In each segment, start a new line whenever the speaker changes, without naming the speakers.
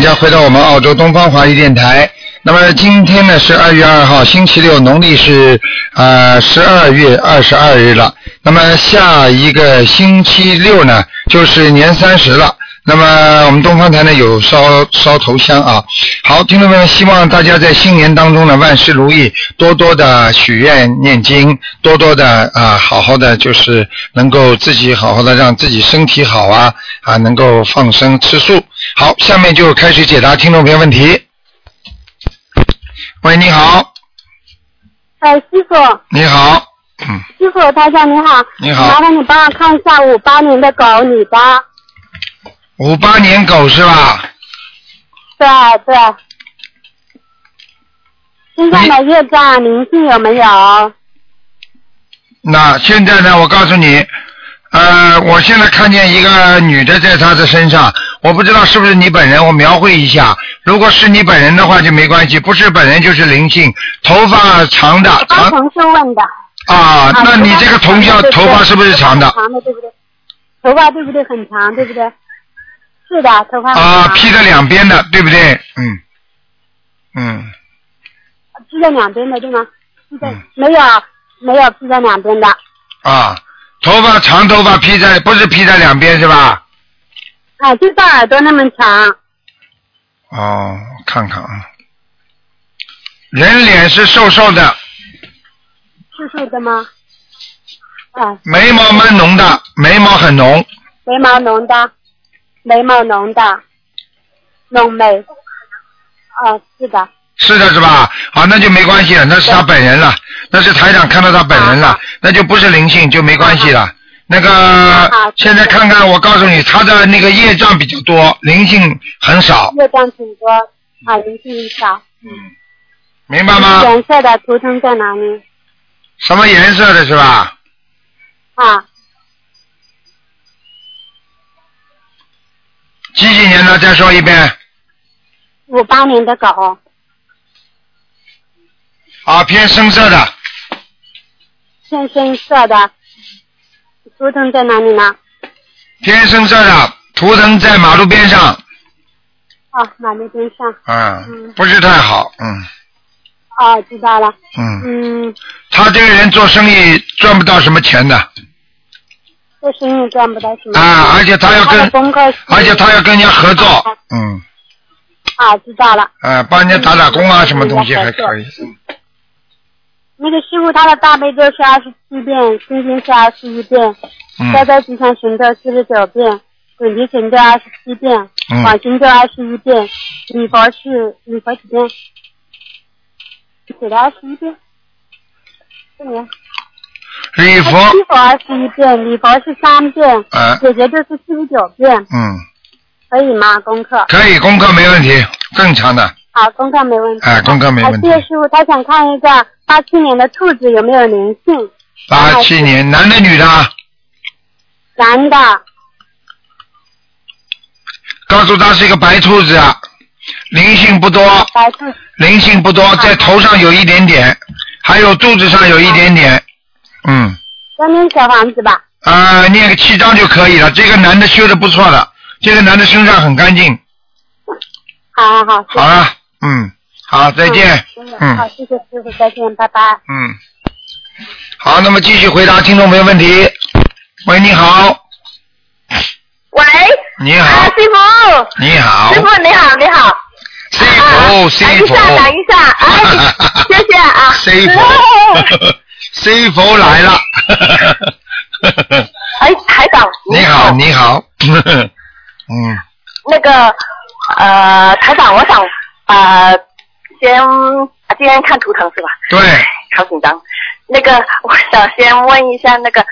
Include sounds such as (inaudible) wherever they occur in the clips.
家回到我们澳洲东方华语电台。那么今天呢是二月二号，星期六，农历是呃十二月二十二日了。那么下一个星期六呢就是年三十了。那么我们东方台呢有烧烧头香啊。好，听众朋友们，希望大家在新年当中呢万事如意，多多的许愿念经，多多的啊、好好的就是能够自己好好的让自己身体好啊啊能够放生吃素。好，下面就开始解答听众朋友问题。喂，你好，
哎，师傅，
你好，
师傅，台长你好。
你好
麻烦你帮我看一下五八年的狗女的。
五八年狗是吧？
对对。身上的业障灵性有没有？
啊那现在呢？我告诉你，呃，我现在看见一个女的在她的身上，我不知道是不是你本人，我描绘一下。如果是你本人的话就没关系，不是本人就是灵性，头发长的
阿
长
成是问的。
啊，那你这个同校头发是不是长的？
长的对不对？头发对不对？很长对不对？是的，头发很
啊，
长
披着两边的，对不对？嗯，嗯，
披在两边的对吗？披在、没有没有披在两边的，
啊，头发长头发披在不是披在两边是吧？
啊，就到耳朵那么长。
哦，我看看啊，人脸是瘦瘦的，
是瘦的吗？啊，
眉毛蛮浓的，眉毛很浓。
眉毛浓的，眉毛浓的，浓眉。啊，是的，
是的，是吧？好，那就没关系了，那是他本人了，那是台长看到他本人了，那就不是灵性，就没关系了。那个，现在看看，我告诉你，他的那个业障比较多，灵性很少，
月亮挺多，啊，灵性很少。
明白吗？
颜色的图腾在哪里？
什么颜色的是吧？
啊，
几几年的？再说一遍。
五八年的狗，
啊，偏深色的，
深深色的，图腾在哪里呢？
偏深色的，图腾在马路边上，
啊，马路边上。
嗯，不是太好，嗯
哦，知道了。
嗯，
嗯，
他这个人做生意赚不到什么钱的，
这生意赚不到什么。
啊，而且他要跟
的功课是，
而且他要跟人家合作，嗯，
啊，知道了。
啊，帮人家打打工啊，什么东西还可以，
那个师傅他的大悲咒是二十七遍，心经是二十一遍，
嗯
消灾吉祥神咒四十九遍，准提神咒二十七遍，
嗯
往生咒二十一遍，礼佛是礼佛几遍？给了二十一遍。这里啊
礼
七
佛，
佛二十一遍，礼佛是三遍，
啊
解决咒是四十九遍，
嗯，
可以吗？功课
可以，功课没问题，正常的，
好，功课没问题。
哎，功课没
啊
问题
谢。谢师傅，他想看一个八七年的兔子有没有灵性，
八七年，男的女的啊？
男的。
告诉他是一个白兔子啊，灵性不多，
白兔
灵性不多，在头上有一点点，还有肚子上有一点点，嗯，
要念小房子吧？
啊、念个七张就可以了。这个男的修的不错的，这个男的身上很干净。
好好好，
好了，嗯，好，再见，嗯
好，谢谢师傅，再见，拜拜。
嗯，好，那么继续回答听众朋友问题。喂，你好，
喂，
你好
啊，，师傅，
你好
师，傅你好，你好，
啊
师傅，师
等一
傅，
下，等一下，
(laughs)
哎，谢谢啊，
师
(laughs)
傅，师傅来了，
哎，台长，
你好，你好， (laughs) 嗯，
那个呃，台长，我想呃，先啊今天看图腾是吧？
对，
好紧张。那个， (laughs) 我想先问一下那个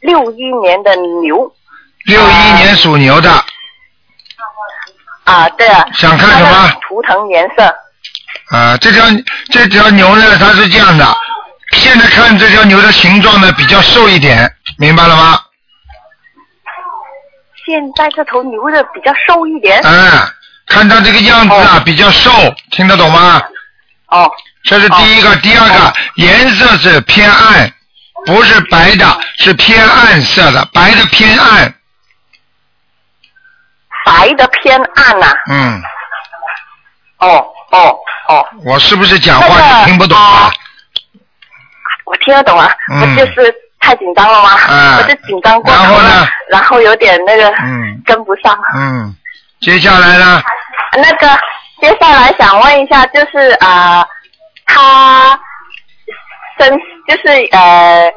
六一年的牛
六一年属牛的，
啊，对了，
想看什么
它的图腾颜色
啊，这条这条牛呢，它是这样的，现在看这条牛的形状呢比较瘦一点，明白了吗？
现在这头牛的比较瘦一 (laughs) 点。
嗯，看它这个样子啊，比较瘦，听得懂吗？啊
哦，
这是第一个，第二个颜色是偏暗，不是白的，是偏暗色的，白的偏暗，
白的偏暗呐、哦
嗯，我是不是讲话你听不懂啊？
我听得懂啊，
嗯
我就是太紧张了嘛，
啊
我就紧张过头
然后呢
了，然后有点那个
嗯
跟不上。
嗯，接下来呢？
那个接下来想问一下，就是啊、呃他身就是呃，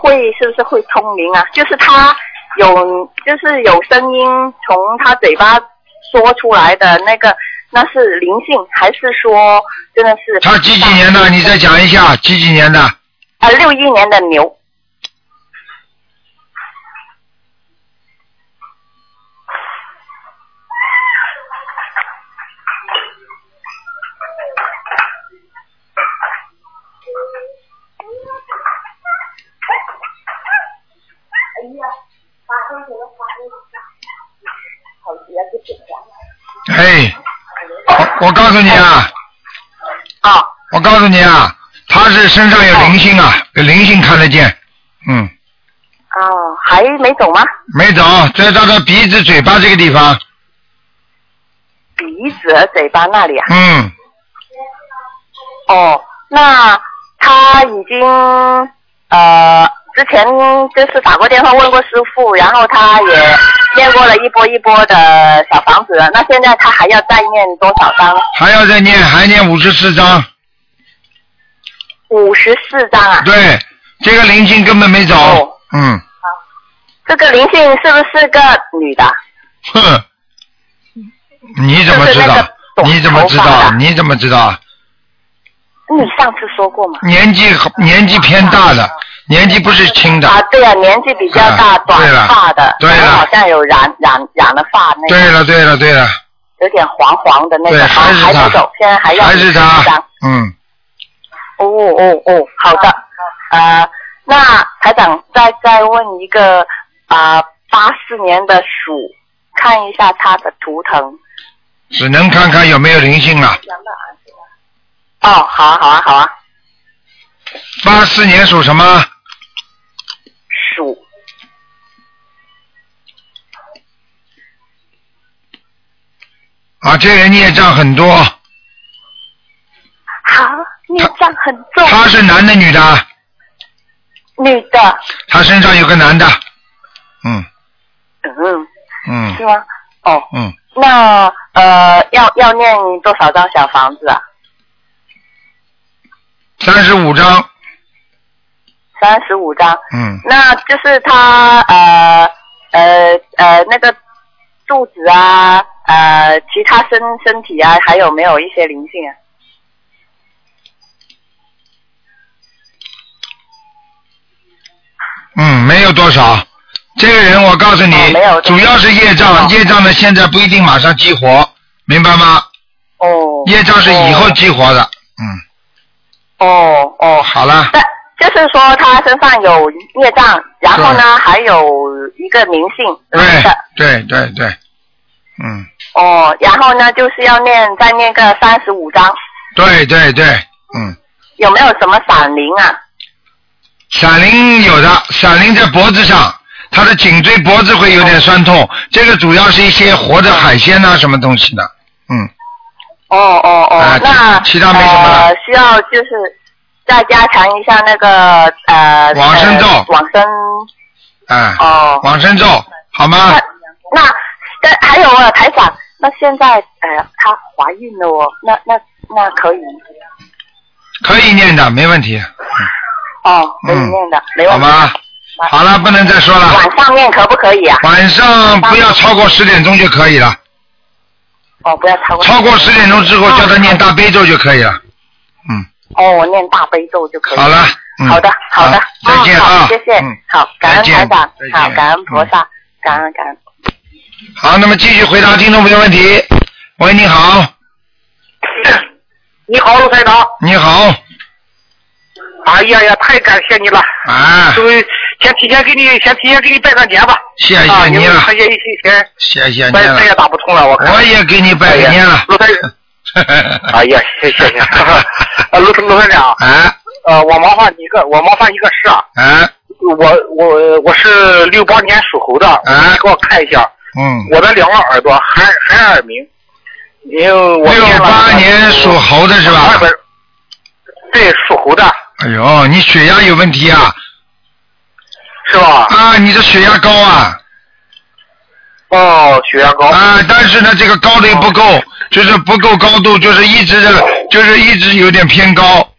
会是不是会通灵啊？就是他有就是有声音从他嘴巴说出来的那个，那是灵性还是说真的是？
他几几年的？你再讲一下，几几年的？
啊，六一年的牛，
哎，我我告诉你啊，
啊，
我告诉你啊，他是身上有灵性啊，有灵性看得见，嗯，
哦，还没走吗？
没走，在他的鼻子、嘴巴这个地方，
鼻子、嘴巴那里啊？
嗯，
哦，那他已经呃之前就是打过电话问过师傅，然后他也念过了一波一波的小房子，那现在他还要再念多少张？
还要再
嗯
念，还念五十四章，
五十四张啊！
对，这个灵性根本没走
哦，
嗯，
这个灵性是不是个女的？
哼，你怎么知道？你怎么知道？你怎么知道？
你上次说过吗？
年纪年纪偏大的，年纪不是轻的。
嗯啊，对啊，年纪比较大，
啊
短
对了
发的，
对了
然后好像有染染染了发那
对
个，
了，对了，对了，
有点黄黄的那
对
个，
还是
还
他
不走，现在还要
还是他
54张。，
嗯，
哦哦哦，好的，呃，那台长再再问一个啊，八、四年的鼠，看一下它的图腾。
只能看看有没有灵性了。
哦，好啊好啊好啊，
八四年属什么？
鼠
啊，这人孽障很多。
好，孽障很重，
他是男的女的？
女的，
他身上有个男的。嗯
嗯，
嗯
是吗？哦，
嗯，
那呃，要要念多少张小房子啊？
三十五张。
三十五张。
嗯，
那就是他呃呃呃那个肚子啊，呃其他身身体啊，还有没有一些灵性啊？
嗯，没有多少。这个人，我告诉你
哦没有，
主要是业障，
哦
业障呢现在不一定马上激活，明白吗？
哦，
业障是以后激活的。嗯，
哦哦，
好了，
那就是说他身上有孽障，然后呢还有一个灵性
对
的
对对对，嗯，
哦，然后呢就是要念再念个三十五章，
对对对，嗯，
有没有什么闪灵啊？
闪灵有的，闪灵在脖子上，他的颈椎脖子会有点酸痛，这个主要是一些活的海鲜呐、什么东西的，嗯。
哦哦哦，
啊
那
其其他没什么了
呃，需要就是再加强一下那个呃
往生咒
呃往生
哎，
哦。
往生咒，好吗
那？那但还有啊，台长，那现在呃她怀孕了哦，那那那可以
可以念的，没问题，
哦，可以
嗯
念的，没
好
问题。
吗？好了，不能再说了，
晚上念可不可以啊？
晚上不要超过十点钟就可以了，
哦，不要超过
超过十点钟之后叫他念大悲咒就可以了。嗯，
哦，我念大悲咒就可以。
好了，嗯
好的，好的，
再见
嗯
啊，
好谢谢
嗯，
好，感
再
恩
见
台长
再，见嗯
好，感恩菩萨，感恩感恩。
好，那么继续回答听众朋友问题。喂，你好，
你好，卢台长。
你好，
哎呀呀，太感谢你了！
啊
就，先提前给你，先提前给你拜个年吧。
谢谢
啊，
你
因为
了，
看见一些钱，
谢谢你
再再也
了，
打不通了，我看。
我也给你拜个年了。
卢台，哎呀，谢谢你。呃，卢卢台长，
(laughs) 啊
呃，我麻烦你一个，我麻烦一个事啊。
啊，
我我我是六八年属猴的，
哎
你给我看一下
嗯
我的两个耳朵，含含耳鸣，因为我
六
念了
八年属猴的是
二
吧？
本，对，属猴的
哎呦，你血压有问题啊！
是吧？
啊，你的血压高啊！
哦，血压高。
啊，但是呢，这个高的又不够，就是不够高度，就是一直的，就是一直有点偏高。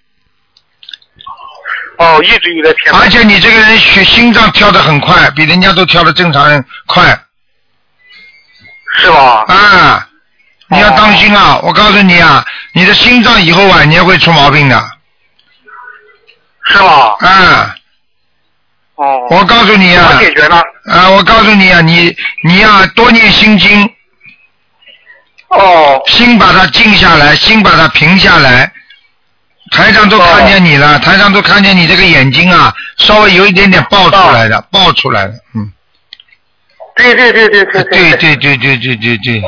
哦，一直有点偏。
而且你这个人血心脏跳得很快，比人家都跳得正常人快
是吧？
啊！你要当心啊！我告诉你啊，你的心脏以后晚年会出毛病的
是吧？
啊！
哦。
我告诉你
怎么
啊，
解决呢？
啊，我告诉你啊，你你呀、多念心经，
哦，
心把它静下来，心把它平下来。台上都看见你
哦
了，台上都看见你这个眼睛啊，稍微有一点点爆出来的，爆出来的，嗯，
对对对对
对
对对。
对对对对对对，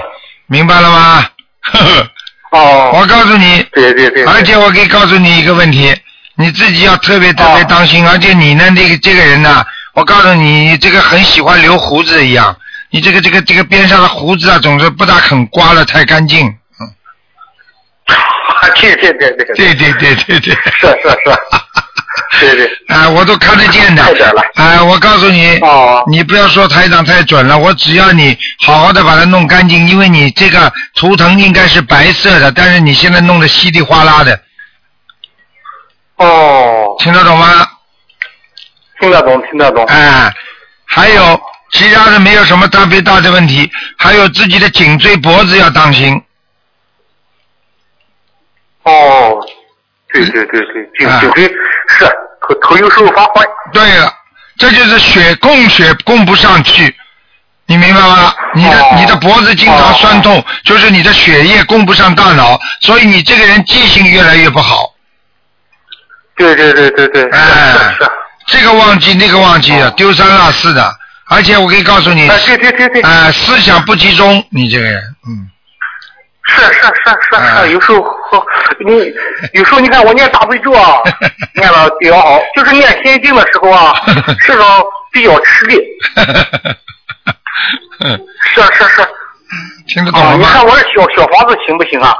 明白了吗？
(laughs)
呵呵，
哦。
我告诉你，
对对对。对
而且我可以告诉你一个问题，你自己要特别特别
哦
当心。而且你呢，这个这个人呢，我告诉你，你这个很喜欢留胡子一样，你这个这个这个边上的胡子啊，总是不大肯刮的太干
(laughs)
净。嗯，
对对对对。
对对对对对。
是是是。对对。
(laughs) 啊、我都看得见的。
太准了
啊、我告诉你，
哦。
你不要说台长太准了，我只要你好好的把它弄干净，因为你这个图腾应该是白色的，但是你现在弄得稀里哗啦的，
哦。
听得懂吗？
听得懂，听得懂。
哎，还有其他的没有什么特别大的问题，还有自己的颈椎、脖子要当心。
哦。对对对对，颈
啊
颈椎是头头有时候发昏。
对了，这就是血供血供不上去，你明白吗？你的、
哦
你的脖子经常酸痛，就是你的血液供不上大脑，所以你这个人记性越来越不好，
对对对对对。是
哎
是是。啊
这个忘记那个忘记
哦
的，丢三落四的。而且我可以告诉你，
哎，对对对对。
哎，思想不集中，你这个人，嗯， (laughs)
是是是是
哎，，
是，有时候呵你有时候你看我念大悲咒啊念了比较好，就是念心经的时候啊
(laughs)
是吧？比较吃力。是是是，
听得懂
啊，
了
你
吗？
看我这小小房子行不行啊？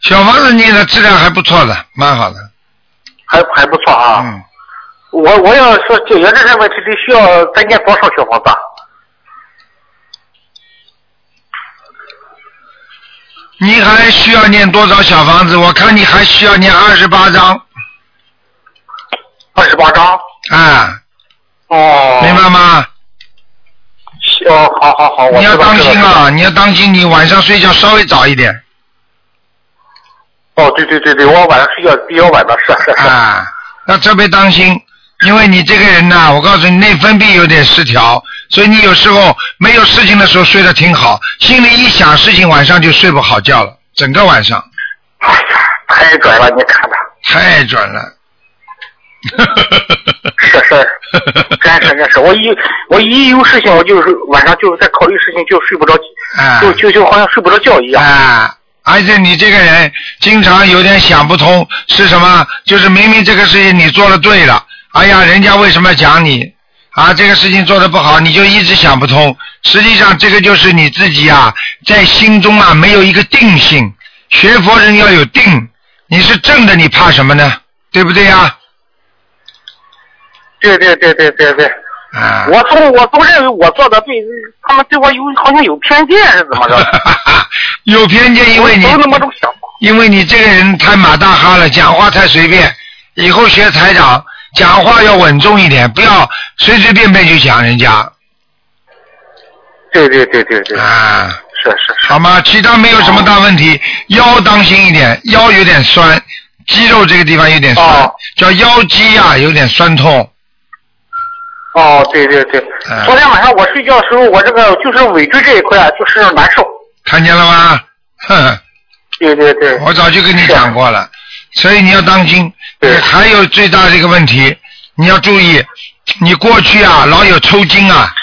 小房子念的质量还不错的，蛮好的。
还还不错啊。
嗯，
我我要说解决这个问题，得需要再念多少小房子啊？
你还需要念多少小房子？我看你还需要念二十八章，
二十八张。
啊，
哦。
明。白吗？
哦，好好好，我
你要
知道
当
知道
心
知道
啊！你要当心，你晚上睡觉稍微早一点
哦，对对对对，我晚上睡觉比较晚的，是是是。
啊，要特别当心，因为你这个人呐、我告诉你，内分泌有点失调，所以你有时候没有事情的时候睡得挺好，心里一想事情，晚上就睡不好觉了，整个晚上
哎呀，太准了，你看看。
太准
(laughs)
了。 (laughs)
是是。 (laughs) 真是真是，我一我一有事情，我就是晚上就是在考虑事情，就睡不着，
啊
就就就好像睡不着觉一样。
啊，而且你这个人经常有点想不通，是什么？就是明明这个事情你做的对了，哎呀，人家为什么要讲你？啊，这个事情做的不好，你就一直想不通。实际上，这个就是你自己啊，在心中啊没有一个定性。学佛人要有定，你是正的，你怕什么呢？对不对呀、
对对对对对
(laughs)
对，
啊？
我总我总认为我做的对，他们对我有好像有偏见是怎么着？
啊有偏见，因为你
我总有那么种想法。
因为你这个人太马大哈了，讲话太随便。以后学台长，讲话要稳重一点，不要随随便便就讲人家
对对对对对，
啊，
是是是。
好吗？其他没有什么大问题，腰当心一点，腰有点酸，肌肉这个地方有点酸，
哦
叫腰肌呀、有点酸痛。
哦，对对对
嗯，
昨天晚上我睡觉的时候，我这个就是尾椎这一块啊，就是难受。
看见了吗？ (laughs) 哼，
对对对，
我早就跟你讲过了，所以你要当心。
对
还有最大的一个问题，你要注意，你过去啊老有抽筋啊，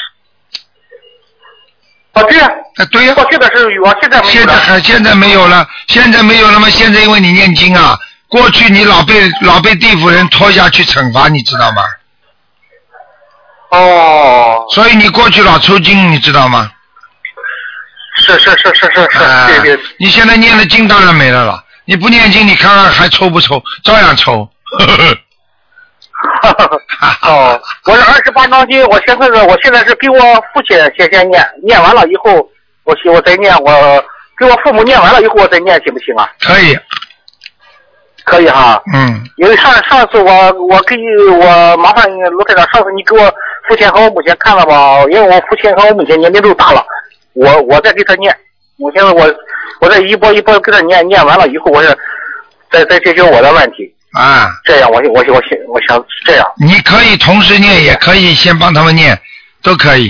啊对呀，
啊对呀、
过去的时候有啊，现在没有
现在
了。
还现在没有了，现在没有了吗？现在因为你念经啊，过去你老被老被地府人拖下去惩罚，你知道吗？
哦，
所以你过去老抽筋，你知道吗？
是是是是是
啊
是，对对，
你现在念的经当然没了了，你不念经，你看看还抽不抽？照样抽。 (laughs) 呵呵
哈哈哈。 (laughs) 哦，我是二十八章经，我现在是我现在是给我父亲先先念，念完了以后，我去我再念，我给我父母念完了以后我再念，行不行啊？
可以，
可以哈，
嗯，
因为上上次我我给我麻烦你罗台长，上次你给我父亲和我母亲看了吧？因为我父亲和我母亲年龄都大了，我我再给他念，我现在我我再一波一波给他念，念完了以后，我是再再解决我的问题，
啊，
这样我我我想我想这样
你可以同时念，也可以先帮他们念，都可以。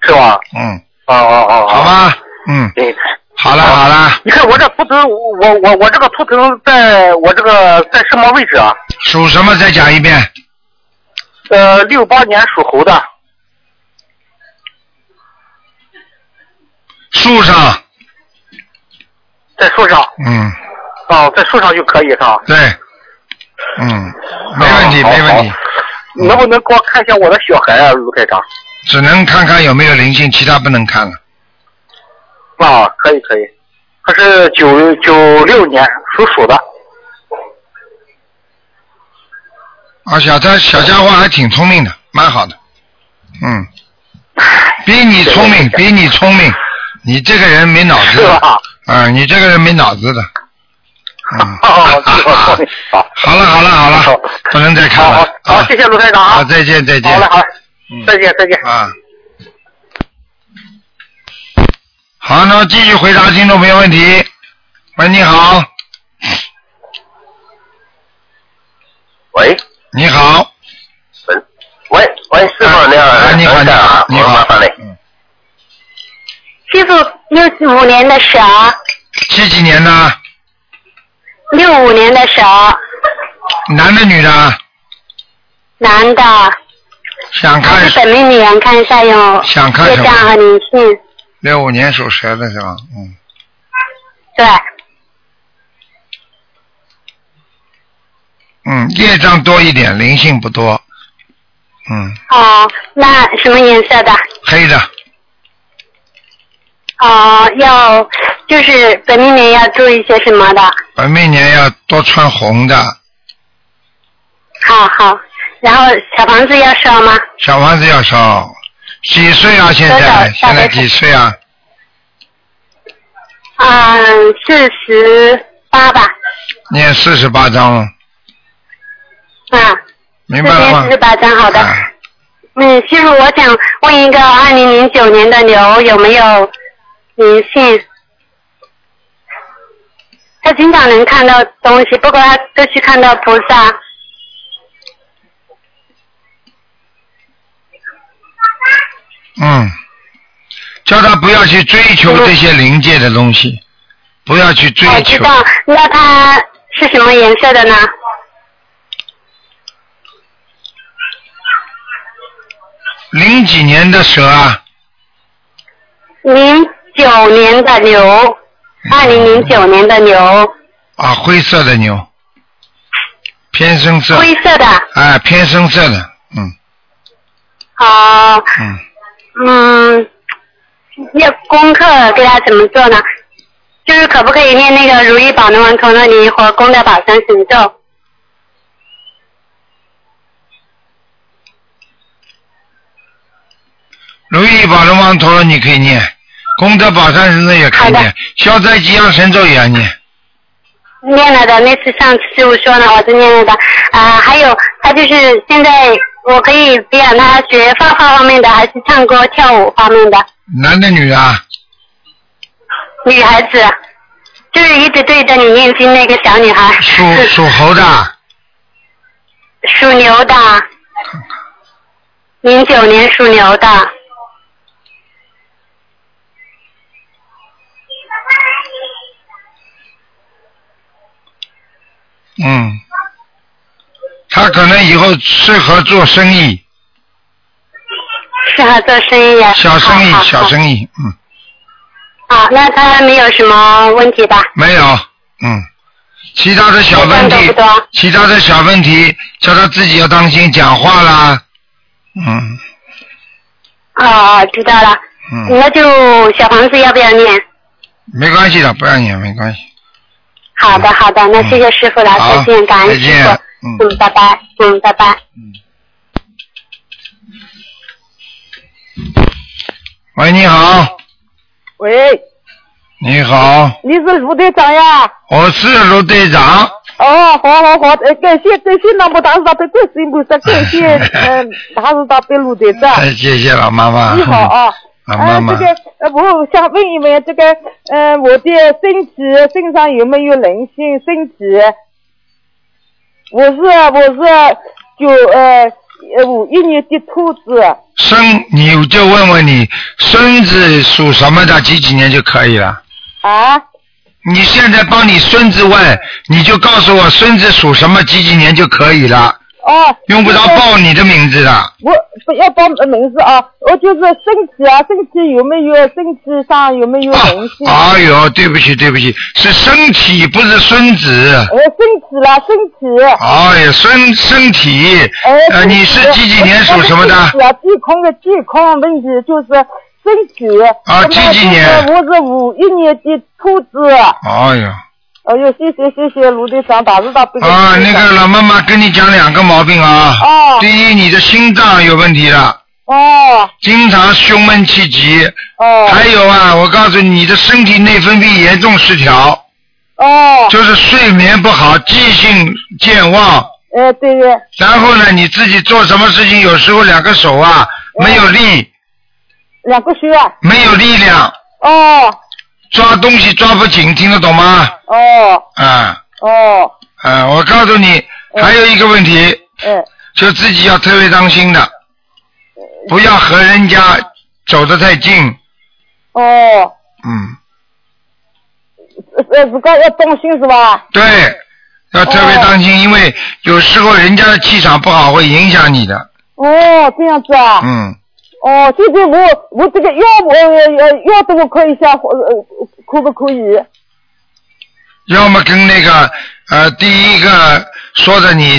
是吧？
嗯，
哦哦哦，
好吧，嗯，
对，
好了好了，
你看我这图腾，我我我这个图腾在我这个在什么位置啊？
属什么？再讲一遍。
呃，六八年属猴的，
树上，
在树上，
嗯，
哦，在树上就可以是吧？
对，嗯，没问题
哦
没问。
好
题，
好
嗯
能不能给我看一下我的小孩啊，卢台长？
只能看看有没有灵性，其他不能看了。
啊，可以可以，他是九九六年属鼠的，
啊，小他小家伙还挺聪明的，蛮好的，嗯，
(laughs)
比你聪明，比你聪明，你这个人没脑子
是
的，
吧？哦
啊、你这个人没脑
(laughs)
子的，嗯， (laughs)
哦，是吧聪明好，
好了好了好了
好，
不能再看
好
了
好，好，
啊
谢谢卢台长啊
好，再见再见，
好嘞好嘞，再见再见。
啊。好，那继续回答听众朋友问题。喂，你好，
喂，
你好，
喂，喂，师
哎
傅你好，
哎你好
等一下啊
你好
我麻烦你，
师傅，六五年的蛇，
几几年的？
六五年的蛇，
男的女的？
男的，
想
他
看
是本命女人，看一下有
想看
业
什
障
么？
和灵性。
六五年属蛇的是吧？嗯，
对，
嗯，业障多一点，灵性不多。嗯，
哦，那什么颜色的？
黑的，
哦，要就是本命年要注意些什么的？
本命年要多穿红的，
好好，然后小房子要烧吗？
小房子要烧。几岁啊？现在
多少
现
大
在
概
几岁啊？
嗯，四十八吧。
念四十八章了，
啊，
明
这
白了
边
吗
四十？八张，好的。
哎
嗯，师傅，我想问一个二零零九年的牛有没有灵性？他经常能看到东西，不过他都去看到菩萨。
嗯，叫他不要去追求这些灵界的东西，不要去追
嗯我知
求。
道，那它是什么颜色的呢？
零几年的蛇啊，
零九年的牛，二零零九年的牛，
啊，灰色的牛，偏深色，
灰色的。
哎，偏深色的，嗯
哦，
嗯，
嗯，那功课给他怎么做呢？就是可不可以念那个如意宝轮王陀罗尼和功德宝山神咒？
如意宝龙王陀罗你可以念，功德宝山神咒也可以
好
念
的，
消灾吉祥神咒也要念，
念了的，那次上次师傅说呢，我是念了的。啊、还有他就是现在我可以培养他学画画方面的，还是唱歌跳舞方面的？
男的女的啊，
女孩子，就是一直对着你念经那个小女孩，
属
是
属猴的啊，
属牛的，零九年属牛的。
嗯，他可能以后适合做生意，
适合做生意啊，
小生意
好，
小
意。
生意，嗯。
好，那他没有什么问题吧？
没有，嗯，其他的小问
业
题
障多不多，
其他的小问题，叫他自己要当心讲话啦，嗯，
哦，知道了。
嗯，
那就小房子要不要念？
没关系的，不让念没关系。
好的，好的，那谢啊谢师傅了，
嗯好
再见，感恩
再
师
见
傅。
嗯
嗯，拜拜，嗯，拜拜。
喂，你好，
喂，
你好，
你是卢队长呀？
我是卢队长。
啊
哦，好好好，呃，感谢感谢那么大师大悲观世音菩萨，感
(laughs)
谢嗯大师大悲卢队长，
太谢谢了，妈妈。
你好
(laughs)
哦
啊。
啊，
啊
哎妈，妈
这，个呃，我想问一问，这个呃，我的身体身上有没有灵性？身体，我是我是九呃呃五一年的兔子，
生你就问问你孙子属什么的，几几年就可以了。
啊，
你现在帮你孙子问，你就告诉我孙子属什么，几几年就可以了，
哦，
用不着
就是
报你的名字的。
我不要报名字啊，我就是身体啊，身体有没有身体上有没有灵性？
啊，哎呦，对不起，对不起，是身体，不是孙子。
我身体啦，身体。
哎呀，身身体，
哎，
呃，你是几几年属什么的？
是啊，地空的地空啊问题就是身体。
啊几几年
那么就是我是五一年的兔子。
哎呦，
哎呦，谢谢谢谢卢队长，大日大悲。
啊，那个。老妈妈跟你讲两个毛病啊。
哦
第一，你的心脏有问题了，
哦
经常胸闷气急。
哦
还有啊，我告诉你，你的身体内分泌严重失调，
哦，
就是睡眠不好，记性健忘。
哎对对，
然后呢，你自己做什么事情，有时候两个手啊
哦
没有力，
两个穴啊。
没有力量，
哦
抓东西抓不紧，听得懂吗？
哦
啊
哦，
啊！我告诉你，还有一个问题，
哎
就自己要特别当心的，不要和人家走得太近。
哦，
嗯，
呃自个要当心是吧？
对，要特别当心，因为有时候人家的气场不好会影响你的。
哦，这样子啊。
嗯，
哦，这个我我这个腰我呃腰这个可以下，呃可不可以？
要么跟那个呃，第一个说的你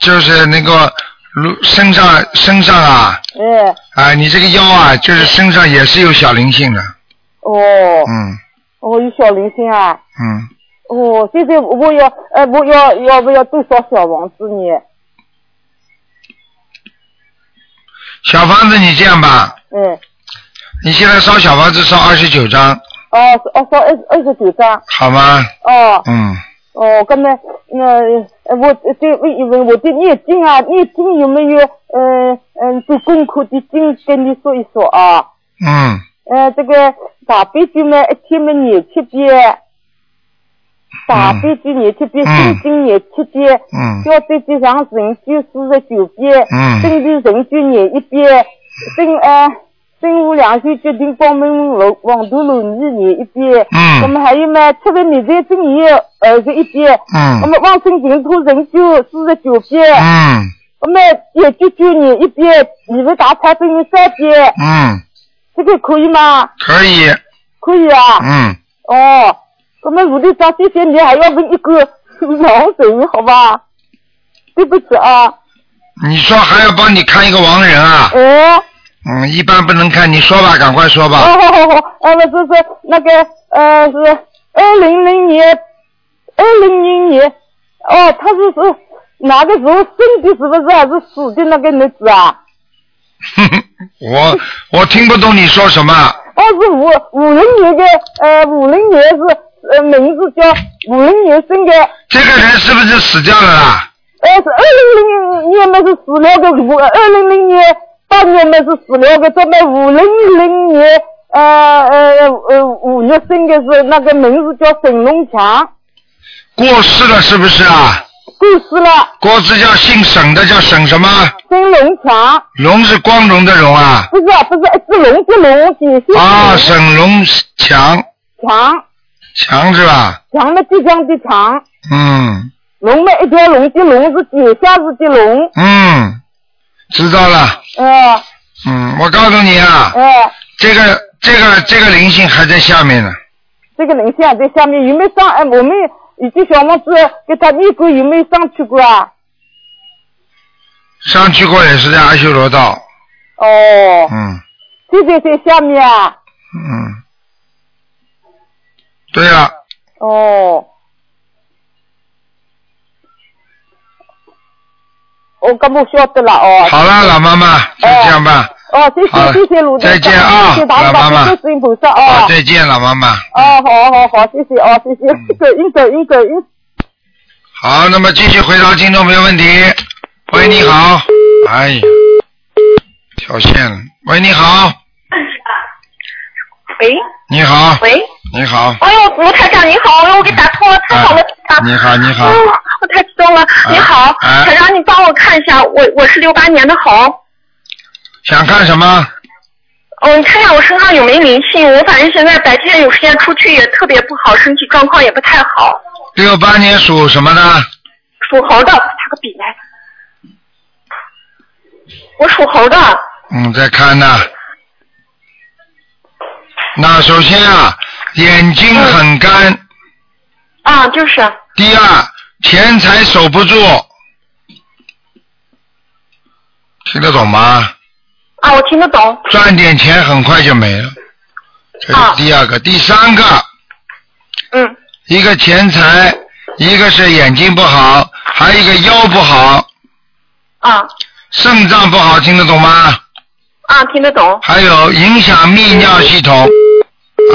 就是那个如身上身上啊
哎，
啊、你这个腰啊，就是身上也是有小灵性的。
哦，
嗯
哦有小灵性啊。
嗯，
哦，现在我要呃我要要不要多少小房子呢？
小房子你这样吧，
哎，
你现在烧小房子烧二十九张，
哦是哦，少二二十九张。
好吗？
哦
嗯，
哦，那么那呃我对问一问我的念经啊，念经有没有嗯嗯做功课的经跟你说一说啊？
嗯，
呃，这个大悲咒呢，一天嘛念七遍，大悲咒念七遍，
嗯
心经念七遍，
嗯
消灾吉祥神咒四十九遍，
嗯
真理神咒念一遍，真呃真无量寿决定光明楼王陀罗尼念一遍，
嗯
那么还有嘛，七十灭罪真言二呃十一遍，
嗯
那么往生净土神咒四十九遍，
嗯
那么也就就念一遍，礼佛大忏真言三遍，
嗯，
这个可以吗？
可以，
可以啊。
嗯，
哦，那么卢队长，谢谢你还要问一个王人，好吧？对不起啊，
你说还要帮你看一个亡人啊？
哎，
嗯，一般不能看，你说吧，赶快说
哦，
吧。
好好好，呃，不是是那个呃是二零零年，二零零年，哦，他是是哪个时候生的，是不是还是死的那个女子啊？
(laughs) 我我听不懂你说什么。
哦，是五五零年的，呃，五零年是呃名字叫五零年生的，
这个人是不是死掉了啦？
呃，是二零零年么是死了个五，二零零年八月么是死了个，咱们五零零年呃呃呃五月生的是那个名字叫沈龙强，
过世了是不是啊？
过世了，
过世叫姓沈的叫沈什么？
沈龙强，
龙是光荣的荣啊。
不是啊不是一只龙的龙，解析
啊，
沈
沈龙强
强，
强是吧？
强的地强的强，
嗯
龙的一条龙的龙是解下子的龙，
嗯，知道了。
呃
嗯，我告诉你啊，
呃，
这个这个这个灵性还在下面呢。
这个人像在下面有没有上？哎，我们已经小王子给他念过，有没有上去过啊？
上去过也是在阿修罗道。
哦。
嗯，
这对对对，下面啊，
嗯，对啊了，
哦。我咁不晓得了哦。
好了，老妈妈，就这样吧。
哦，谢
好了
谢谢谢卢队
再
长，
见啊
谢谢打
老
法，
妈妈
谢谢观世音菩萨
好，
哦。
再见，嗯老妈妈。
哦，好好好，谢谢哦，谢谢，走应走应走应。
好，那么继续回答听众朋友问题。喂，你好。哎呀，跳线了。喂，你好。
喂
你好，
喂，
你好，
哎呦，卢台长你好，哎呦我给打通了，太好了，
哎你好你好
哎呦我太激动了，你好，
哎
台长你帮我看一下，我我是六八年的猴，哦
想看什么？
哦，你看看我身上有没有灵性？我反正现在白天有时间出去也特别不好，身体状况也不太好，
六八年属什么的？
属猴的，打个笔来，我属猴的，
嗯，在看呢。那首先啊，眼睛很干。
啊，就是，
第二，钱财守不住，听得懂吗？
啊，我听得懂，
赚点钱很快就没了，这是
啊
第二个。第三个，
嗯，
一个钱财，一个是眼睛不好，还有一个腰不好，
啊
肾脏不好，听得懂吗？
啊，听得懂，
还有影响泌尿系统。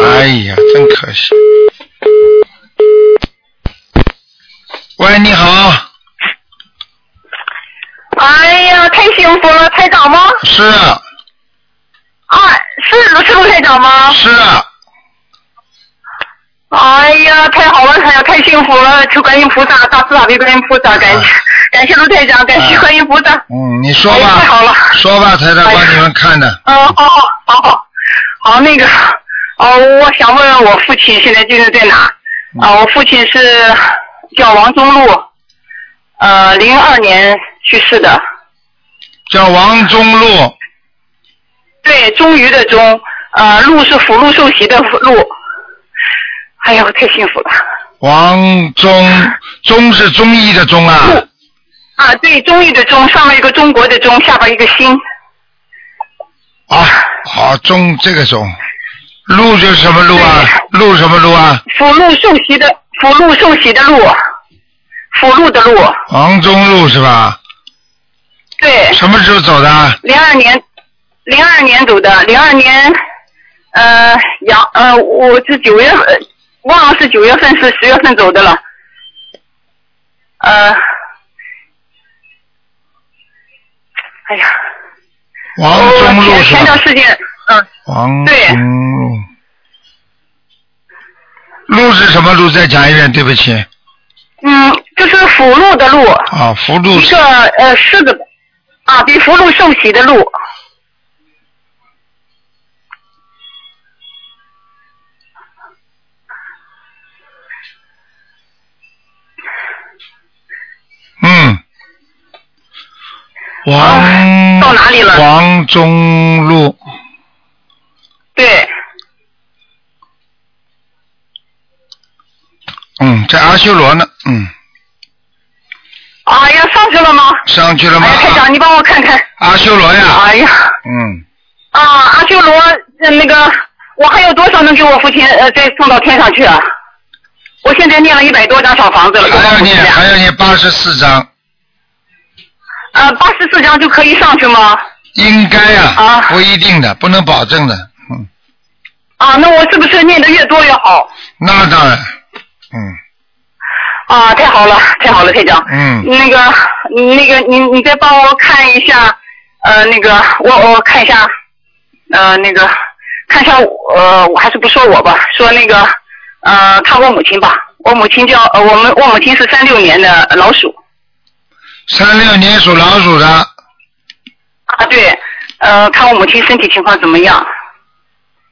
哎呀，真可惜。喂，你好，
哎呀，太幸福了，台长吗？
是
啊，是卢是卢台长吗？
是，啊
哎呀，太好了，哎呀，太幸福了！求观音菩萨，大慈大悲观音菩萨，感谢、感谢卢台长，感谢观音菩萨。
嗯，你说
哎
吧。
太好了
说吧，台长
哎
帮你们看的。
嗯，好好好好好，那个，哦，我想问问我父亲现在现在在哪？啊，我父亲是叫王中路，呃，零二年去世的。
叫王中路，
对，中于的中，呃，路是福禄寿喜的禄。哎呀，我太幸福了。
王中中是中医的中啊，
啊，对，中医的中，上面一个中国的中，下边一个心。
啊，好中这个中，路就是什么路啊？路什么路啊？
福禄寿喜的福禄寿喜的禄，福禄的禄，
王中路是吧？
对，
什么时候走的啊？
零二年，零二年走的，零二年，呃，阳，呃，我是九月份，忘了是九月份是十月份走的了，呃，哎呀，哦
王
我
中哦路
前
是
前段
吧？
时间，嗯，
王
对
中路，路是什么路？再讲一遍，对不起
嗯，就是福禄的禄，
啊，福禄
一个呃柿子，啊，比福禄寿喜的禄。
嗯，王
啊到哪里了
王中路，
对，
嗯，在阿修罗呢，嗯，
哎呀，上去了吗？
上去了吗
哎？呀，台长，你帮我看看。
阿修罗呀，
哎呀，
嗯，
啊，阿修罗，呃那个，我还有多少能给我父亲呃再送到天上去啊？我现在念了一百多张哎小房子了，给我
还要
父亲
念还要念八十四章，
呃，八十四张就可以上去吗？
应该啊
啊，
不一定的，不能保证的，嗯，
啊，那我是不是念的越多越好？
那当然，嗯，
啊，太好了，太好了，台长。
嗯
那个，那个，你你再帮我看一下，呃，那个，我我看一下，呃，那个，看一下我，呃，我还是不说我吧，说那个，呃，看我母亲吧。我母亲叫，呃，我们我母亲是三六年的老鼠。
三六年属老鼠的，
啊，对，呃，看我母亲身体情况怎么样，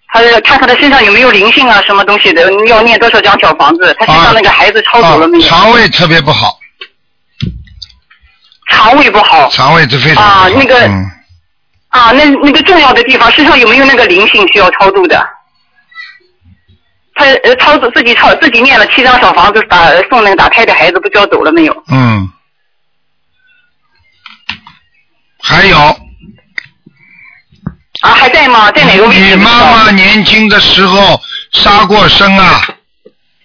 还有看看她身上有没有灵性啊，什么东西的，要念多少张小房子？她身上那个孩子超走了哦没有？
啊肠胃特别不好，
肠胃不好
肠胃是非常不好
啊那个
嗯
啊，那那个重要的地方，身上有没有那个灵性需要超度的？她呃超度自己超自己念了七张小房子，打送那个打胎的孩子，不知道走了没有？
嗯，还有
啊，还在吗？在哪个位置？
你妈妈年轻的时候杀过生啊，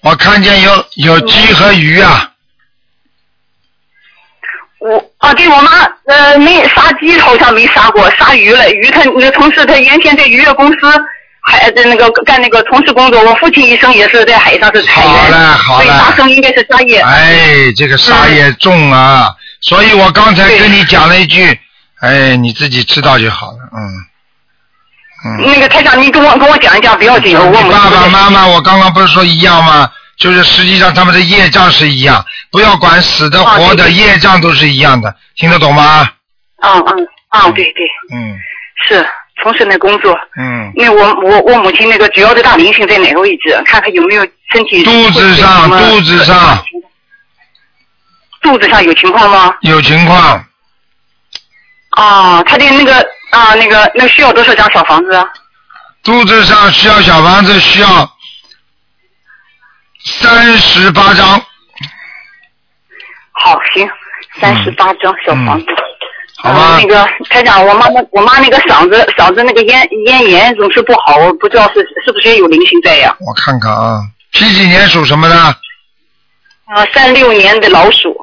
我看见有有鸡和鱼啊，
我啊，对我妈呃没杀鸡好像没杀过，杀鱼了。鱼他那从事他原先在娱乐公司还在那个干那个从事工作。我父亲一生也是在海上是裁员，
好嘞好嘞
所以杀生应该是杀业。
哎，这个杀也重啊，所以我刚才跟你讲了一句，哎，你自己知道就好了，嗯，嗯。
那个台长，你跟我跟我讲一下，不要紧，我
你
们
爸爸妈妈，我刚刚不是说一样吗？就是实际上他们的业障是一样，不要管死的
啊对
活的，
对
业障都是一样的，听得懂吗？
嗯嗯嗯，对对，
嗯
是从事那工作。
嗯，
那我我我母亲那个主要的大灵性在哪个位置？看看有没有身体
肚子上
会有什么
肚子上
肚子上有情况吗？
有情况，
啊，他的那个啊那个那个需要多少张小房子啊？
肚子上需要小房子需要三十八张，
好，行，三十八张小房子。
嗯好吧
嗯那个台长，我妈妈我妈那个嗓子嗓子那个咽咽炎总是不好，我不知道是是不是有灵性在呀？
我看看啊，几几年属什么的？
啊，三六年的老鼠，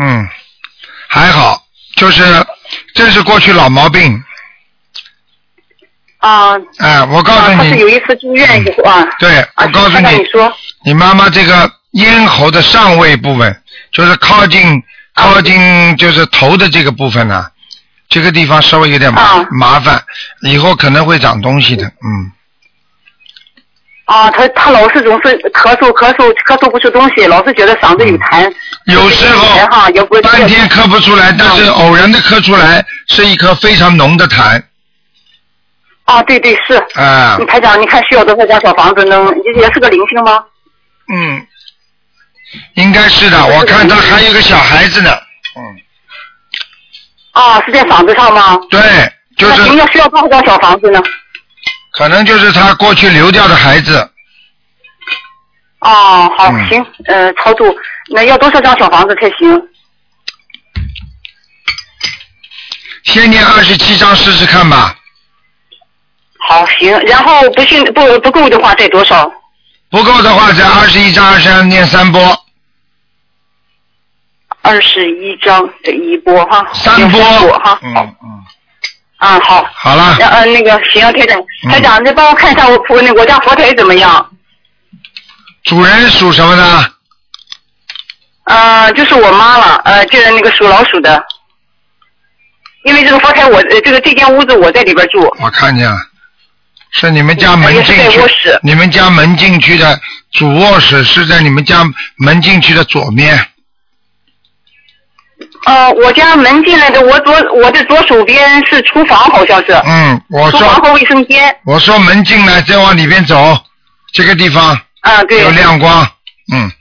嗯，还好，就是这是过去老毛病，
啊，啊，
哎，我告诉
他是
你
有，一次住院以后啊，
对我
啊，
告诉
台长
你
你。说，
你妈妈这个咽喉的上位部分，就是靠近
啊
靠近就是头的这个部分呢、啊这个地方稍微有点麻、
啊
麻烦，以后可能会长东西的，嗯，
啊，他他老是总是咳嗽咳嗽咳嗽不出东西，老是觉得嗓子有痰。
嗯有时
这个人哈，要不
候半天咳不出来，但是偶然的咳出来是一颗非常浓的痰，
啊，对对是。 (laughs)
啊、
你台长，你看需要多少张小房子能？也也是个灵性吗？
嗯，应该是的，我看他还有个小孩子呢，嗯，
啊，是在嗓子上吗？
对，就
那您
是
要需要多少张小房子呢？
可能就是他过去流掉的孩子，
哦，好，
嗯
行，呃，超度，那要多少张小房子才行？
先念二十七章试试看吧，
好，行，然后不信不不够的话再多少？
不够的话，在二十一章、二十二念三波，
二十一张的一波哈，
三波
波哈，
嗯
好，
嗯，
啊
(laughs)
好，
好了，
然呃那个行，台长，
嗯
台长，再帮我看一下我我那我家佛台怎么样？
主人属什么呢？
呃，就是我妈了，呃，就是那个属老鼠的。因为这个佛台我，呃这个这间屋子我在里边住，
我看见了，是你们家门进
嗯也是
去
在卧室，
你们家门进去的主卧室是在你们家门进去的左面，
呃，我家门进来的，我左我的左手边是厨房，好像是、
嗯，我
厨房
说
和卫生间。
我说门进来，再往里边走，这个地方
啊、对
有，亮光，嗯，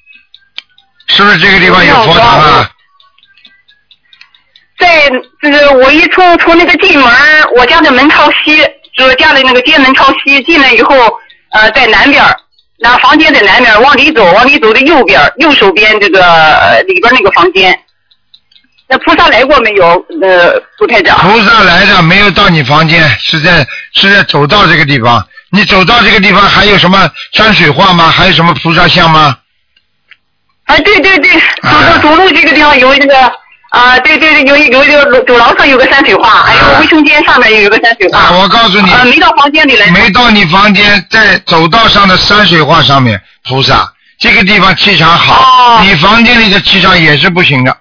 是不是这个地方有佛堂
有亮
啊
光？在就是我一出从那个进门，我家的门朝西，就是家里那个街门朝西，进来以后，呃，在南边儿，那房间在南边儿，往里走，往里走的右边儿，右手边这个、呃里边儿那个房间。那菩萨来过没有？呃，卢台长。
菩萨来的没有到你房间，是在是在走到这个地方。你走到这个地方还有什么山水画吗？还有什么菩萨像吗？
啊，对对对，走
啊
走走路这个地方有这个啊，对对对，有一有一个走廊上有个山水画，还
啊
有卫生间上面有一个山水画。
啊，我告诉你，
啊，没到房间里来。
没到你房间，在走道上的山水画上面，菩萨这个地方气场好，
哦
你房间里的气场也是不行的。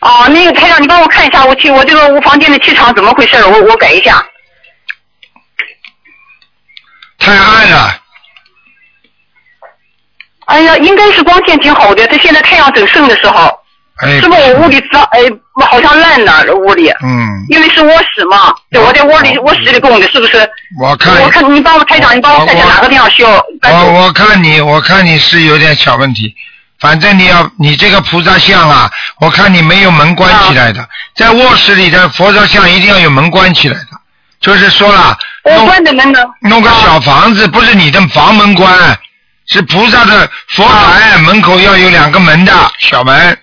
哦，那个台长，你帮我看一下，我去我这个我房间的气场怎么回事？我我改一下。
太暗了，
哎呀，应该是光线挺好的，它现在太阳正盛的时候，
哎
是，不是我屋里脏？哎，好像烂了屋里，
嗯，
因为是卧室嘛。对，我在窝里卧室里供的，是不是？
我看
我看你帮我台长，你帮我看一下
我
哪个地方需要搬走
我我看你，我看你是有点小问题。反正你要，你这个菩萨像啊，我看你没有门
啊
关起来的，在卧室里的佛照像一定要有门关起来的。就是说了，弄
我关着门呢。
弄个小房子，不是你的房门关，是菩萨的佛台门口要有两个门的小门。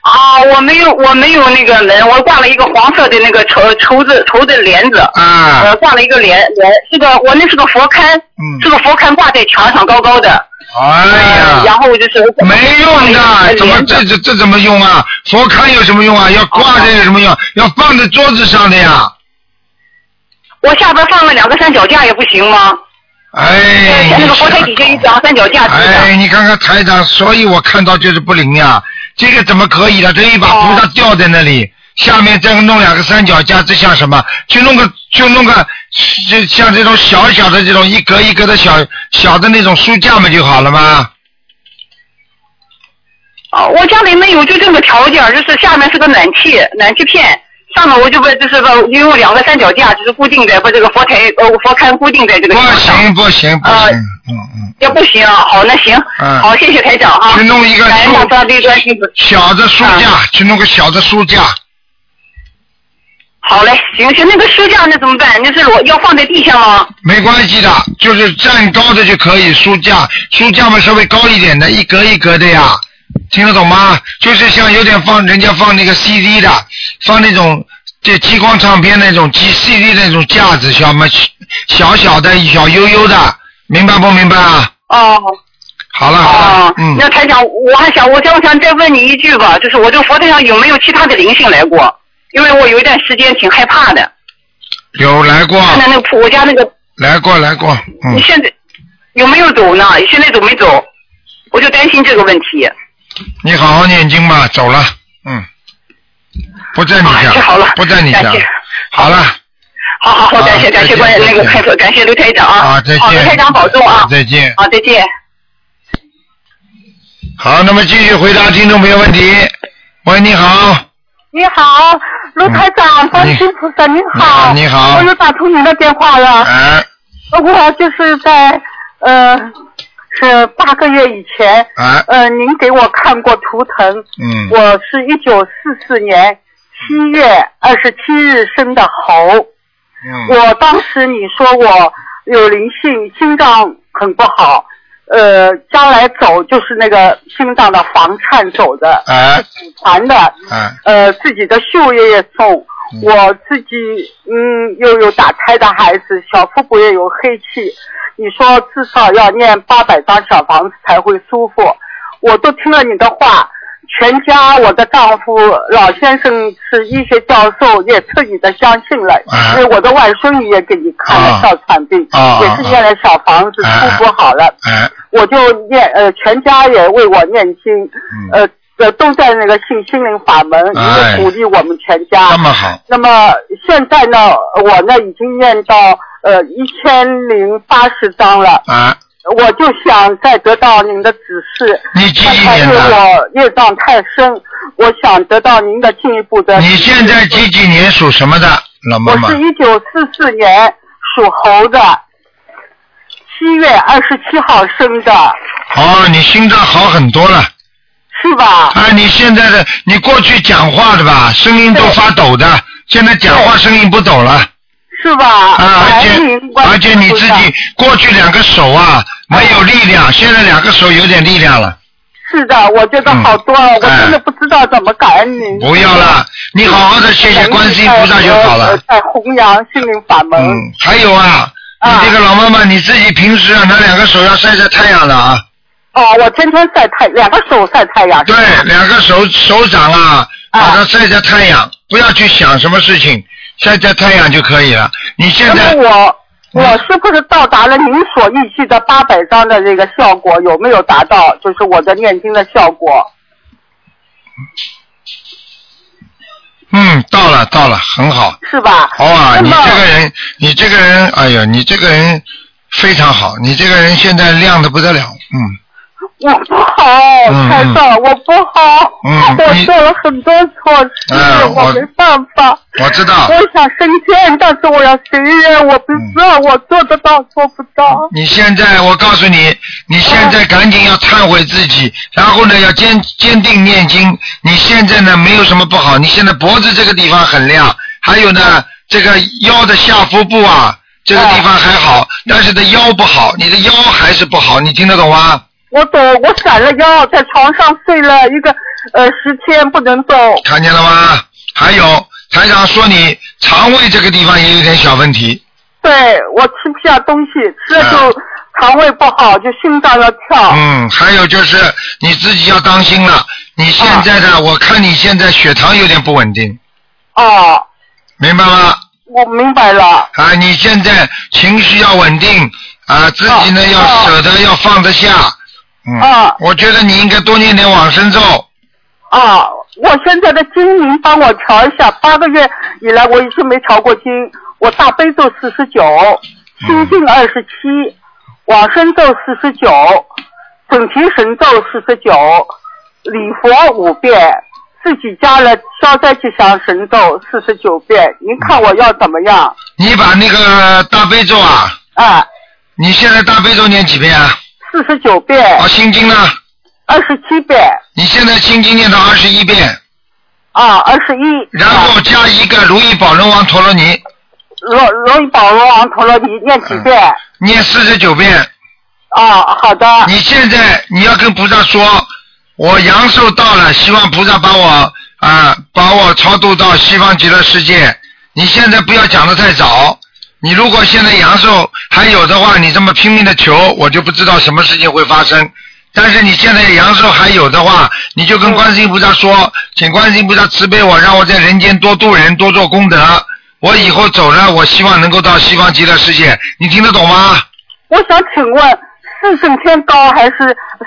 啊，我没有，我没有那个门，我挂了一个黄色的那个绸绸子绸子帘子，
啊
呃，挂了一个帘帘，是个我那是个佛龛，
嗯
是个佛龛挂在墙上高高的，
哎
呃然
呀，
后就是
没用
挂了
的，
一个
怎么
帘子
这这这怎么用啊？佛龛有什么用啊？要挂着有什么用？要放在桌子上的呀。
我下边放了两个三脚架也不行吗？
哎，
在那
你
个佛台底下一张三脚架支
哎，
的，
你看看台长，所以我看到就是不灵呀、这个怎么可以的？这一把菩萨吊在那里，下面再弄两个三脚架，这像什么？就弄个就弄个，就像这种小小的这种一格一格的小小的那种书架嘛就好了吗？
啊，我家里没有，就这么条件，就是下面是个暖气暖气片，上面我就把就是把用两个三脚架就是固定在把这个佛台呃佛龛固定在这个
不
墙上。
行不行不
啊
行，嗯嗯，
也不行，好，那行，
嗯
好，谢谢台长啊。
去弄一个
感恩
书
大慈大悲观世音菩萨
小的书架，去弄个小的书架，
好嘞，行行，那个书架那怎么办？那是我要放在地下吗？
没关系的，就是站高的就可以，书架书架嘛稍微高一点的，一格一格的呀，听得懂吗？就是像有点放人家放那个 CD 的，放那种这激光唱片那种 G CD 那种架子，小嘛小小的小悠悠的，明白不明白啊？
哦，
好了好了
哦，，
嗯，
那台长，我还想，我想想再问你一句吧，就是我这个佛台上有没有其他的灵性来过？因为我有一段时间挺害怕的，
有来过
看到那个菩我家那个，
来过来过，嗯
你，现在有没有走呢？现在走没走？我就担心这个问题。
你好好念经吧，走了，嗯，不在你
啊
家，
这好了
不在你
感
家
谢，
好了。
好好好，
啊
感谢感
再
谢
见
关
再
那
见
个台感谢刘台长啊，
啊，再见。
好，刘台长保重啊，
再见。
好，再见。
好，那么继续回答听众朋友问题。喂，你好。
你好，啊卢嗯台长，观世音菩萨，您好，
嗯你好
我
你
又
好
打通您的电话了。
哎，
我就是在呃，是八个月以前，
哎，
呃，您给我看过图腾，
嗯，
我是一九四四年七月二十七日生的猴。
嗯，
我当时你说我有灵性，心脏很不好，呃，将来走就是那个心脏的房颤走的，
哎，
祖传的，
哎，
呃，自己的血液也重
嗯，
我自己嗯又有打胎的孩子，小腹部也有黑气，你说至少要念八百张小房子才会舒服，我都听了你的话。全家，我的丈夫老先生是医学教授，也彻底的相信了，
啊
因为我的外孙女也给你看
啊
了哮喘病，
啊
也是念了小房子，
啊
出不好了。
哎，
我就念呃，全家也为我念经，呃呃，都在那个信心灵法门，
嗯哎
也鼓励我们全家。
这么好，
那么现在呢，我呢已经念到呃一千零八十章了，
啊，
我就想再得到您的指示。
你几
看
几
看
年
因为
的？
我业障太深，我想得到您的进一步的。
你现在几几年属什么的，老妈
我
妈
是？一九四四年属猴的，七月二十七号生的，
哦，你心脏好很多了。
是吧？
啊，你现在的，你过去讲话的吧，声音都发抖的，现在讲话声音不抖了。
是吧？
啊，而
感恩
且
您关
而且你
心
自
菩萨
己过去两个手啊没有力
嗯
量，现在两个手有点力量了，
是的，我觉得好多了，我真的不知道怎么感恩您。
嗯哎不要了，你好好的谢谢观世音菩萨就好了。
呃在弘扬心灵法门。
嗯，还有啊，你
啊
这个老妈妈你自己平时啊拿两个手要晒晒太阳的啊，
哦，我天天晒太，两个手晒太阳。
对，两个手手掌啊，
啊
把它晒晒太阳，不要去想什么事情，晒晒太阳就可以了。你现
那
在
么我。
嗯
我是不是到达了您所预期的八百张的这个效果？有没有达到？就是我的念经的效果？
嗯到了到了，很好。
是吧？
好啊，
那
你
么
这个人，你这个人，哎呀，你这个人非常好，你这个人现在亮的不得了，嗯，
我不好，
嗯
台长，我不好，
嗯
我
你
做了很多错事，
嗯我
我没办法。
我知道，
我想升天，但是我要随缘，我不知道我做得到做不到。
你现在，我告诉你，你现在赶紧要忏悔自己，然后呢，要坚坚定念经。你现在呢，没有什么不好，你现在脖子这个地方很亮，还有呢，这个腰的下腹部啊，这个地方还好，但是的腰不好，你的腰还是不好，你听得懂吗？
我懂，我闪了腰，在床上睡了一个呃十天不能动。
看见了吗？还有台长说你肠胃这个地方也有点小问题，
对我吃不下东西，吃了就肠胃不好，就心脏要跳。
嗯，还有就是你自己要当心了，你现在的、我看你现在血糖有点不稳定，
哦，
明白吗？
我明白了。
啊，你现在情绪要稳定啊，自己呢、
哦
要舍得，要放得下。嗯，
哦
我觉得你应该多念点往生咒。
啊，我现在的经您帮我调一下，八个月以来我一直没调过经，我大悲咒四十九，
嗯
(laughs) 心经二十七，往生咒四十九，准提神咒四十九，礼佛五遍，自己加了消灾吉祥神咒四十九遍，您看我要怎么样？
你把那个大悲咒啊，
啊，
你现在大悲咒念几遍啊？
四十九遍，
啊，心经呢？
二十七遍，
你现在心经念到二十一遍，
啊，二十一，啊
然后加一个如意宝轮王陀罗尼，
罗罗一宝罗王陀罗尼念几遍？
嗯念四十九遍。
啊，好的。
你现在你要跟菩萨说，我阳寿到了，希望菩萨把我啊、把我超度到西方极乐世界。你现在不要讲的太早，你如果现在阳寿还有的话，你这么拼命的求，我就不知道什么事情会发生。但是你现在阳寿还有的话，你就跟观世音菩萨说，请观世音菩萨慈悲我，让我在人间多度人，多做功德。我以后走了，我希望能够到西方极乐世界。你听得懂吗？
我想请问，四圣天高还是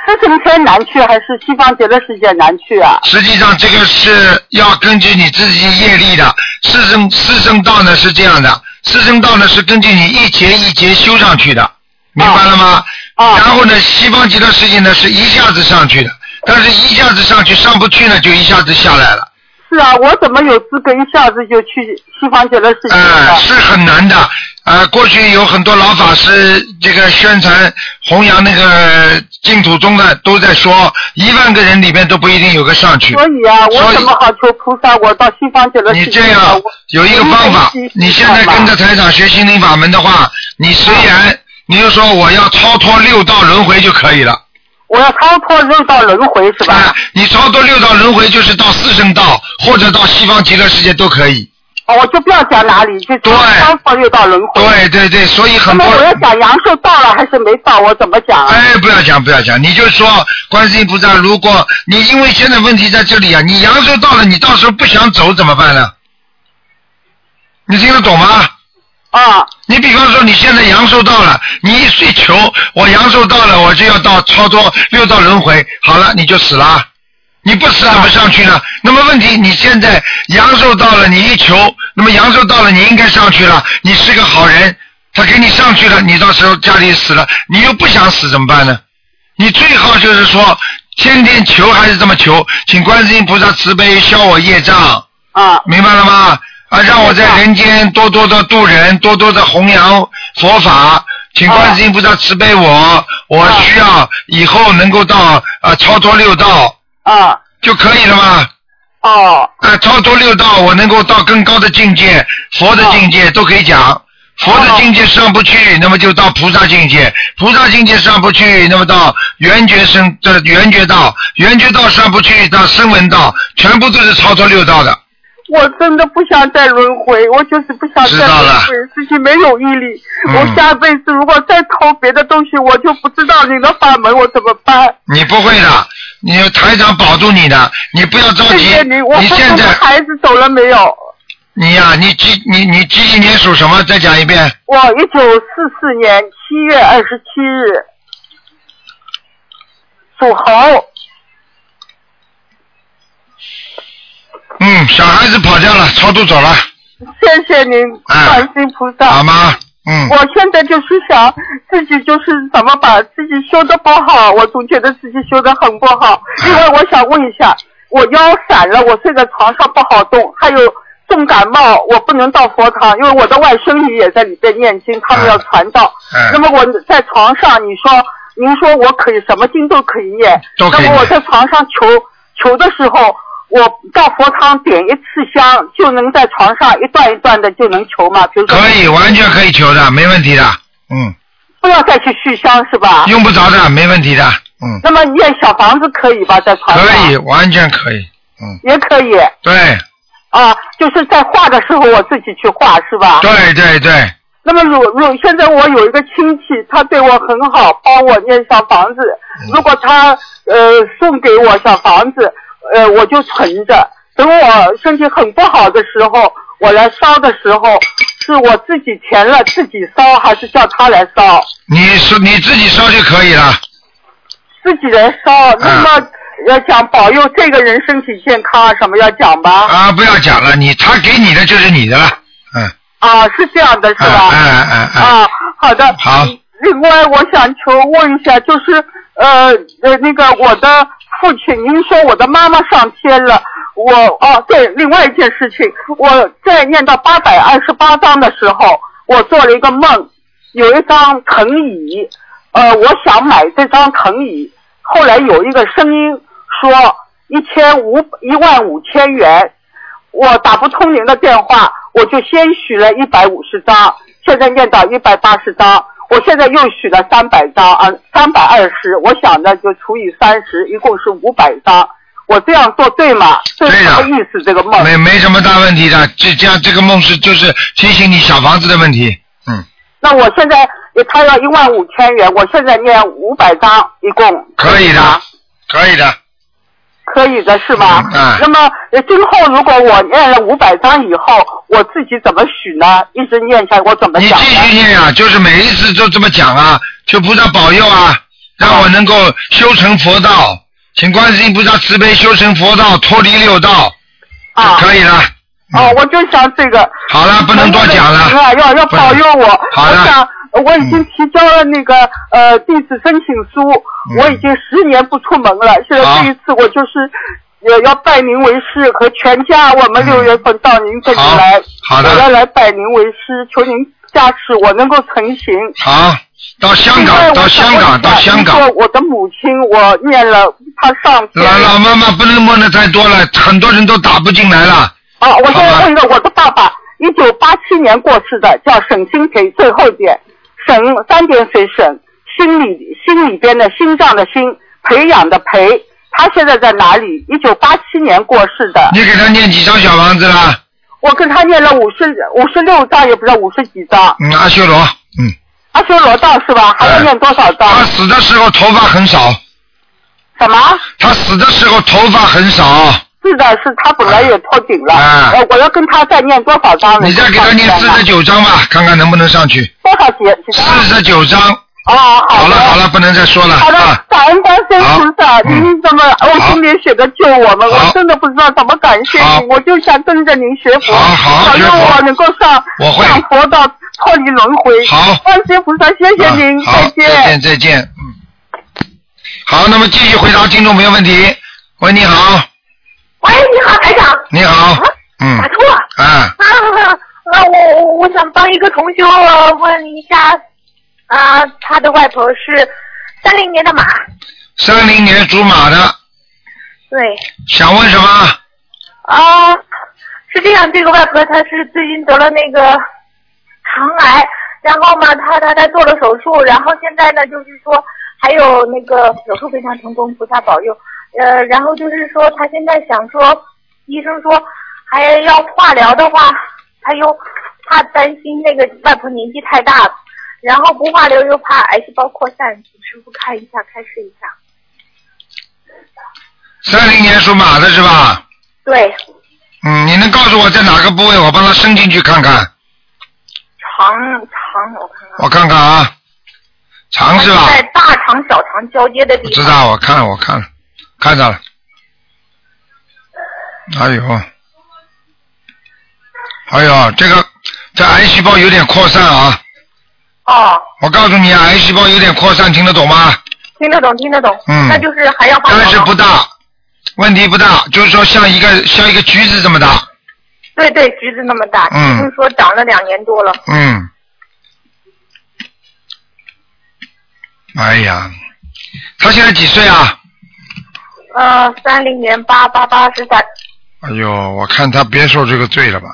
四圣天难去，还是西方极乐世界难去啊？
实际上，这个是要根据你自己业力的。四圣四圣道呢是这样的，四圣道呢是根据你一节一节修上去的，明白了吗？
啊
然后呢，西方极乐世界呢是一下子上去的，但是一下子上去上不去呢，就一下子下来了。
是啊，我怎么有资格一下子就去西方极乐世界呢
呃，？是很难的。呃，过去有很多老法师这个宣传弘扬那个净土宗的，都在说一万个人里面都不一定有个上去。
所以啊，
所
我
以
怎么好求菩萨，我到西方极乐
你
世界
这
呢？
样
我
有一个方法
我一直一直，
你现在跟着台长学心灵法门的
嗯
话，你虽然你就说我要超脱六道轮回就可以了，
我要超脱六道轮回是吧
啊？，你超脱六道轮回就是到四圣道或者到西方极乐世界都可以。
哦，我就不要讲哪里，就
对
超脱六道轮回。
对对对，所以
那
很
么
多
我要讲阳寿到了还是没到，我怎么讲啊？
哎，不要讲，不要讲，你就说观世音菩萨，如果你因为现在问题在这里啊，你阳寿到了，你到时候不想走怎么办呢？你听得懂吗？哎
啊，
你比方说你现在阳寿到了，你一睡求我阳寿到了，我就要到超脱六道轮回，好了你就死了，啊你不死怎么上去呢？那么问题你现在阳寿到了，你一求，那么阳寿到了，你应该上去了，你是个好人，他给你上去了，你到时候家里死了，你又不想死怎么办呢？你最好就是说天天求还是这么求，请观世音菩萨慈悲消我业障。
啊，
明白了吗？啊，让我在人间多多的度人，多多的弘扬佛法，请观世音菩萨慈悲我，我需要以后能够到啊超脱六道
啊，
就可以了嘛。
哦，
啊，超脱六道，我能够到更高的境界，佛的境界都可以讲。佛的境界上不去，那么就到菩萨境界；菩萨境界上不去，那么到圆觉生的圆觉道；圆觉道上不去，到声闻道，全部都是超脱六道的。
我真的不想再轮回，我就是不想再轮回，自己没有毅力。
嗯
我下辈子如果再投别的东西，我就不知道你的法门，我怎么办？
你不会的，你台长保住你的，你不要着
谢
急。
谢你，我
你
不
现
知道
在
孩子走了没有？
你呀、你几你你几几年属什么？再讲一遍。
我一九四四年七月二十七日，属猴。
嗯，小孩子跑掉了，超度走了，
谢谢您，
哎
观世音菩
好
萨。
吗？嗯
我，现在就是想自己就是怎么把自己修的不好，我总觉得自己修的很不
啊
好。另外，我想问一下，我腰闪了，我睡在床上不好动，还有重感冒，我不能到佛堂，因为我的外甥女也在里边念经，他们要传道。
哎
那么我在床上，你说您说我可以什么经都可以念，
都可以
那么我
念
在床上求求的时候，我到佛堂点一次香，就能在床上一段一段的就能求嘛？比如说
可以，完全可以求的，没问题的，嗯，
不要再去续香是吧？
用不着的，没问题的，嗯，
那么念小房子可以吧？在床上
可以，完全可以，嗯，
也可以
对，
啊，就是在画的时候我自己去画是吧？
对对对，
那么如如现在我有一个亲戚，他对我很好，帮我念小房子。
嗯
如果他呃送给我小房子，呃我就存着，等我身体很不好的时候，我来烧的时候，是我自己填了自己烧，还是叫他来烧？
你说你自己烧就可以了，
自己来烧。那么
啊
要讲保佑这个人身体健康啊，什么要讲吧？
啊，不要讲了，你他给你的就是你的了，嗯，
啊，是这样的，是
啊
吧？
啊啊啊，
啊，好的。
好
另外，我想求问一下，就是呃呃，那个我的父亲，您说我的妈妈上天了，我哦对，另外一件事情，我在念到八百二十八章的时候，我做了一个梦，有一张藤椅，呃，我想买这张藤椅，后来有一个声音说一千五一万五千元，我打不通您的电话，我就先许了一百五十张，现在念到一百八十张，我现在又许了三百张啊，三百二十，我想着就除以三十，一共是五百张。我这样做对吗？这是
对的
什么意思？这个梦
没没什么大问题的，这这样这个梦是就是提醒你小房子的问题，嗯，
那我现在他要一万五千元，我现在念五百张，一共
可以
吗
的，可以的，
可以的是吧？
嗯嗯
那么呃今后如果我念了五百张以后，我自己怎么许呢？一直念下来，我怎么
你
讲
继续
呢？
念啊，就是每一次都这么讲啊，求菩萨保佑啊，让我能够修成佛道，请观世音菩萨慈悲修成佛道，脱离六道就
啊，
可以了。嗯
哦，我就想这个。
好了，不能多讲
能不能
了。
啊要要
不能
保佑我。
好嗯
我
了
想呃我已经提交了那个呃地址申请书，我已经十年不出门了。现在
嗯好
这一次我就是也要拜您为师，和全家我们六月份到您这里
嗯好
来，
好
我要
的，
来拜您为师，求您加持我能够成行。
好，到香
另外
港，
我
到
想
香
问
港，
一
到
下
香
您
港
说。我的母亲，我念了她上天。
老老妈妈不能问的太多了，很多人都打不进来了。
啊，我
好吧
再问一个，我的爸爸，一九八七年过世的，叫沈新培，最后一点，沈三点水沈，心里心里边的心脏的心，培养的培，他现在在哪里？一九八七年过世的，
你给他念几张小房子啦？
我跟他念了五十五十六章，也不知道五十几章，
嗯，阿修罗，嗯，
阿修罗道是吧？还
哎
要念多少章？
他死的时候头发很少，
什么？
他死的时候头发很少。
是的，是他本来也破顶了，
啊
呃我要跟他再念多少章呢？
你再给他念四十九章吧，看看能不能上去。
多少节？几章？
四十九章，
哦，
好
的
了好了，不能再说了
好的
啊，。
感恩观世音菩萨
好，嗯
您怎么
好
我今天写的救我们，
好
我真的不知道怎么感谢
好
您，我就想跟着您学佛，
好好好
保
学
佑
佛
我能够上
我会
上佛道，脱离轮回。
好
观世音菩萨，谢谢您，
啊好，
再
再见再见，嗯。好，那么继续回答听众朋友问题。喂，你好，
喂，你好，台长，
你好，嗯
打，错了
啊，
啊啊！我我我想帮一个同修呃问一下啊，他的外婆是三零年的马，
三零年属马的，
对
想问什么？
啊，是这样，这个外婆她是最近得了那个肠癌，然后嘛，她她她做了手术，然后现在呢，就是说还有那个手术非常成功，菩萨保佑，呃，然后就是说她现在想说，医生说还要化疗的话，她又怕担心那个外婆年纪太大了，然后不化疗又怕癌细胞扩散，请师傅看一下，开示一下。
三零年属马的是吧？
对，
嗯，你能告诉我在哪个部位？我帮他伸进去看看，
肠肠我看看。
我看看啊，长是吧？
在大肠小肠交接的
我
地
知
方。
道，我看了，我看了，看到了。哎呦，哎呦，这个这癌细胞有点扩散啊！
哦，
我告诉你啊，癌细胞有点扩散，听得懂吗？
听得懂，听得懂。
嗯
那就是还要化疗。
但是不大，问题不大，就是说像一个像一个橘子这么大。
对对，橘子那么大，
嗯
听说长了两年多了。
嗯。哎呀，他现在几岁啊？
呃，三零年八八八十三
哎呦，我看他别受这个罪了吧，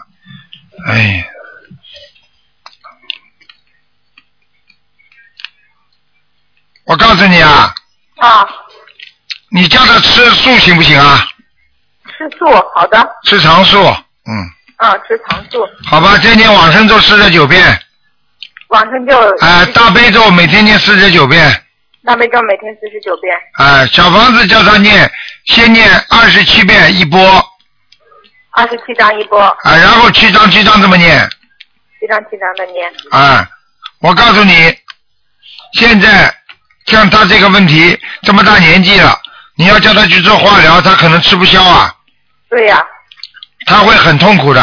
哎，我告诉你啊，
啊，
你叫他吃素行不行啊？
吃素，好的，
吃长素，嗯，
啊，吃长素，
好吧，天天往生咒四十九遍，
晚上就
哎、大悲咒每天念四十九遍，
大悲咒每天四十九遍，
哎、小房子叫他念，先念二十七遍一波，
二十七张一波，
啊、然后七张七张这么念，
七张七张的念，
啊，我告诉你，现在像他这个问题，这么大年纪了，你要叫他去做化疗，他可能吃不消啊，
对呀、
他会很痛苦的。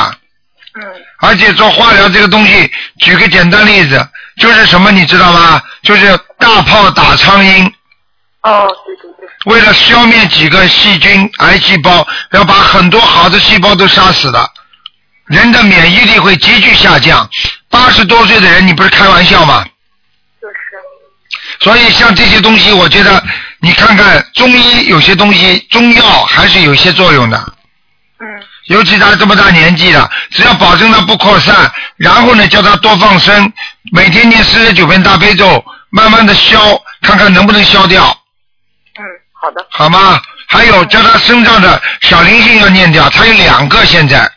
嗯，
而且做化疗这个东西，举个简单例子，就是什么你知道吗？就是大炮打苍蝇，
哦，对对对，
为了消灭几个细菌、癌细胞，要把很多好的细胞都杀死了，人的免疫力会急剧下降。八十多岁的人，你不是开玩笑吗？
就是，
所以像这些东西，我觉得你看看中医有些东西，中药还是有一些作用的。
嗯，
尤其他这么大年纪了，只要保证他不扩散，然后呢，叫他多放生，每天念四十九遍大悲咒，慢慢的消，看看能不能消掉，
嗯，好的，
好吗？还有叫他身上的小灵性要念掉，他有两个现在，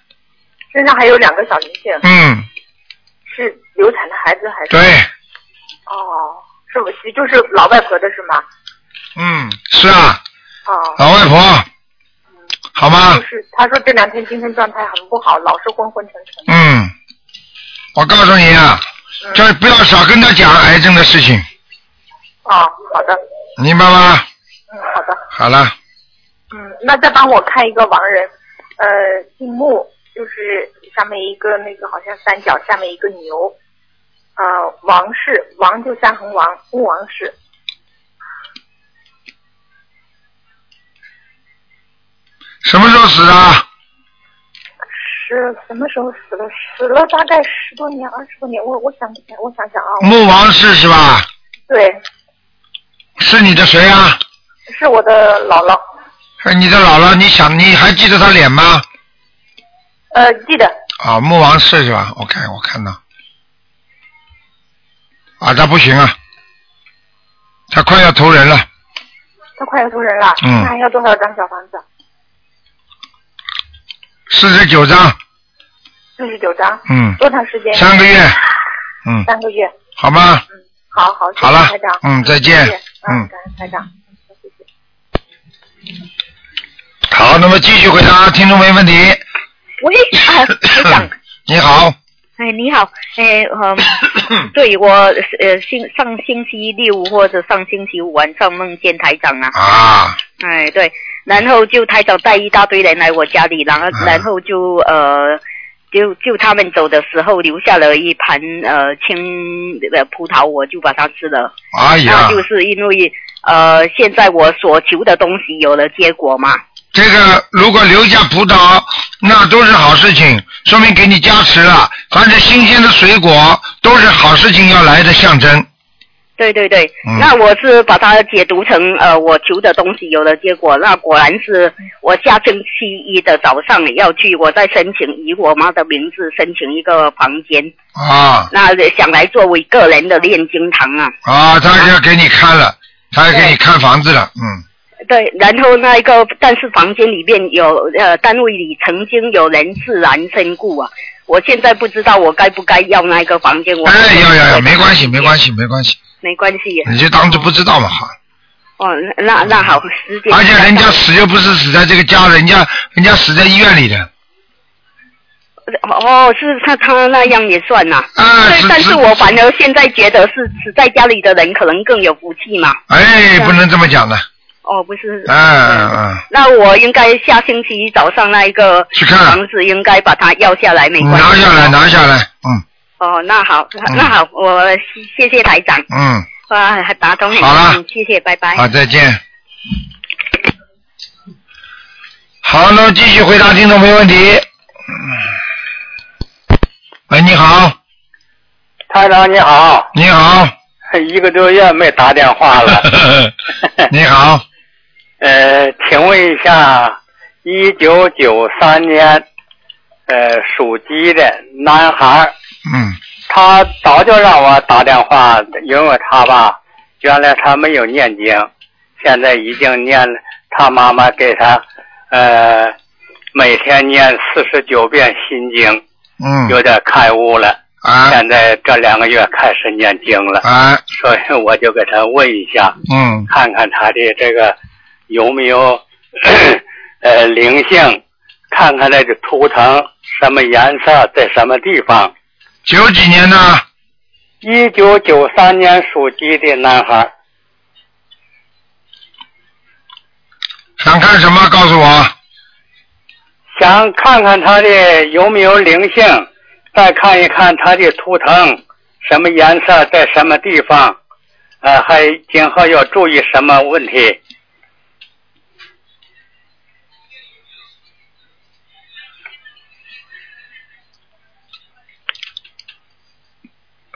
身上还有两个小灵性，
嗯，
是流产的孩子还是？
对，
哦，是我媳，就是老外婆的是吗？
嗯，是啊，
哦，
老外婆，好吗
就？是他说这两天精神状态很不好，老是昏昏沉沉。
嗯，我告诉你啊，叫不要少跟他讲癌症的事情，
哦，好的，
明白吗？
嗯，好的，
好了，
嗯，那再帮我看一个亡人，呃，姓穆，就是上面一个那个好像三角，下面一个牛，呃，王氏，王就三横王，穆王氏，
什么时候死的啊？
是什么时候死的？死了大概十多年、二十多年，我我想我想想啊，
穆王氏是吧？
对，
是你的谁啊？
是我的姥姥，
是你的姥姥？你想你还记得她脸吗？
呃，记得，
啊，穆王氏是吧？我看我看到，啊，他不行啊，他快要投人了，
他快要投人了，
嗯
那还要多少张小房子？
四十九章，
四十九张，
嗯，
多长时间？
三个月，嗯，
三个月，
好吗？
好好，谢谢
好了
台长，，
嗯，再
谢
见
谢，，
嗯
嗯，，感恩台长。
好，那么继续回答听众没问题。
喂，啊，台长，
(coughs) 你好，
哎，你好，哎，嗯，
(laughs)
对我呃，星上星期六或者上星期五晚上梦见台长啊，
啊，
哎，对，然后就台长带一大堆人来我家里，然后
啊
然后就呃，就就他们走的时候留下了一盘呃青呃葡萄，我就把它吃了。
哎呀
那，就是因为呃，现在我所求的东西有了结果嘛。
这个如果留下葡萄，那都是好事情，说明给你加持了。凡是新鲜的水果，都是好事情要来的象征。
对对对，
嗯
那我是把它解读成呃，我求的东西有了结果，那果然是我下星期一的早上要去，我再申请以我妈的名字申请一个房间，
啊
那想来作为个人的念经堂啊。
啊，他要给你看了，他要给你
对
看房子了，嗯，
对，然后那一个，但是房间里面有呃，单位里曾经有人自然身故啊，我现在不知道我该不该要那个房间，我
哎，要要要，没关系，没关系，没关系，
没关系，
你就当做不知道嘛，好。
哦，那那好，时间
而且人家死又不是死在这个家，人家人家死在医院里的，
哦，是他他那样也算呐、
啊，
对，但
是
是我反而现在觉得是死在家里的人可能更有福气嘛。
哎，不能这么讲的，
哦，不是，
嗯嗯嗯，
那我应该下星期一早上那一个
去看
房子应该把它要下来，没关系。
拿下来，。嗯拿下来，嗯
哦，那好，那好，我谢谢台长，
嗯。
哇，还打通你，
好了
嗯谢谢，拜拜。
好，再见。好，那么继续回答听众朋友问题。喂，你好，
台长你好，
你好，
一个多月没打电话了。
(laughs) 你好，
呃，请问一下，
一九九三年，呃，属鸡的男孩儿，
嗯
他早就让我打电话，因为他吧，原来他没有念经，现在已经念了。他妈妈给他，呃，每天念四十九遍心经，有
嗯
点开悟了。
啊
现在这两个月开始念经了，
啊
所以我就给他问一下，
嗯
看看他的这个有没有 (clears throat) 呃灵性，看看那个图腾什么颜色，在什么地方。
九几年呢？
一九九三年属鸡的男孩，
想看什么？告诉我。
想看看他的有没有灵性，再看一看他的图腾，什么颜色，在什么地方，呃，还今后要注意什么问题？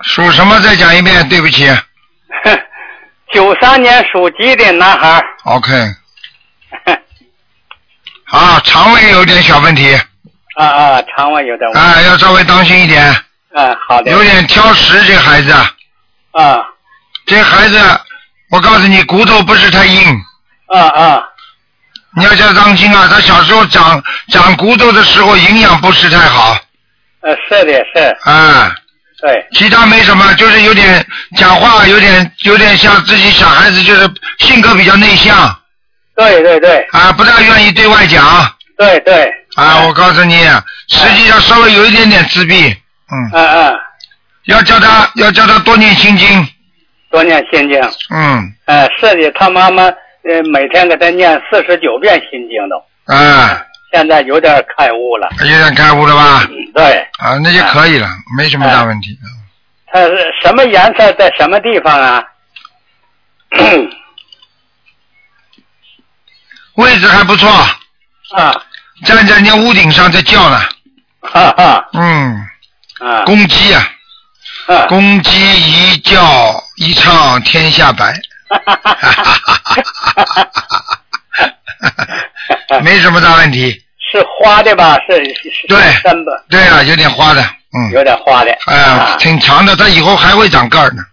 属什么？再讲一遍，对不起。
九三年属鸡的男孩，
OK。啊，肠胃有点小问题，
啊啊，肠胃有点问题，
啊，要稍微当心一点，
嗯，好的，
啊有点挑食。这孩子，
啊
这孩子，我告诉你，骨头不是太硬，
啊啊
你要叫当心啊。他小时候长长骨头的时候，营养不是太好，
呃，是的，是，
啊，
对，
其他没什么，就是有点讲话，有点有点像自己小孩子，就是性格比较内向，
对对对
啊，不大愿意对外讲，
对对，
啊，我告诉你，实际上稍微有一点点自闭，嗯，
嗯嗯，
要叫他要叫他多念心经，
多念心经，
嗯，
呃，是的，他妈妈呃每天给他念四十九遍心经都，
啊，
现在有点开悟了，
有点开悟了吧？
嗯对，
啊，那就可以了，没什么大问题。
他是什么颜色在什么地
(laughs)
方啊？
位置还不错，
啊，
站在人家屋顶上在叫呢，
哈哈，
嗯，
啊
公鸡啊，
啊， (laughs)
公鸡一叫一唱天下白， (laughs) 没什么大问题。
是花的吧？是是是
对
深吧？
对了，有点花的，嗯，
有点花的，
哎、
啊
挺长的，它以后还会长个儿呢，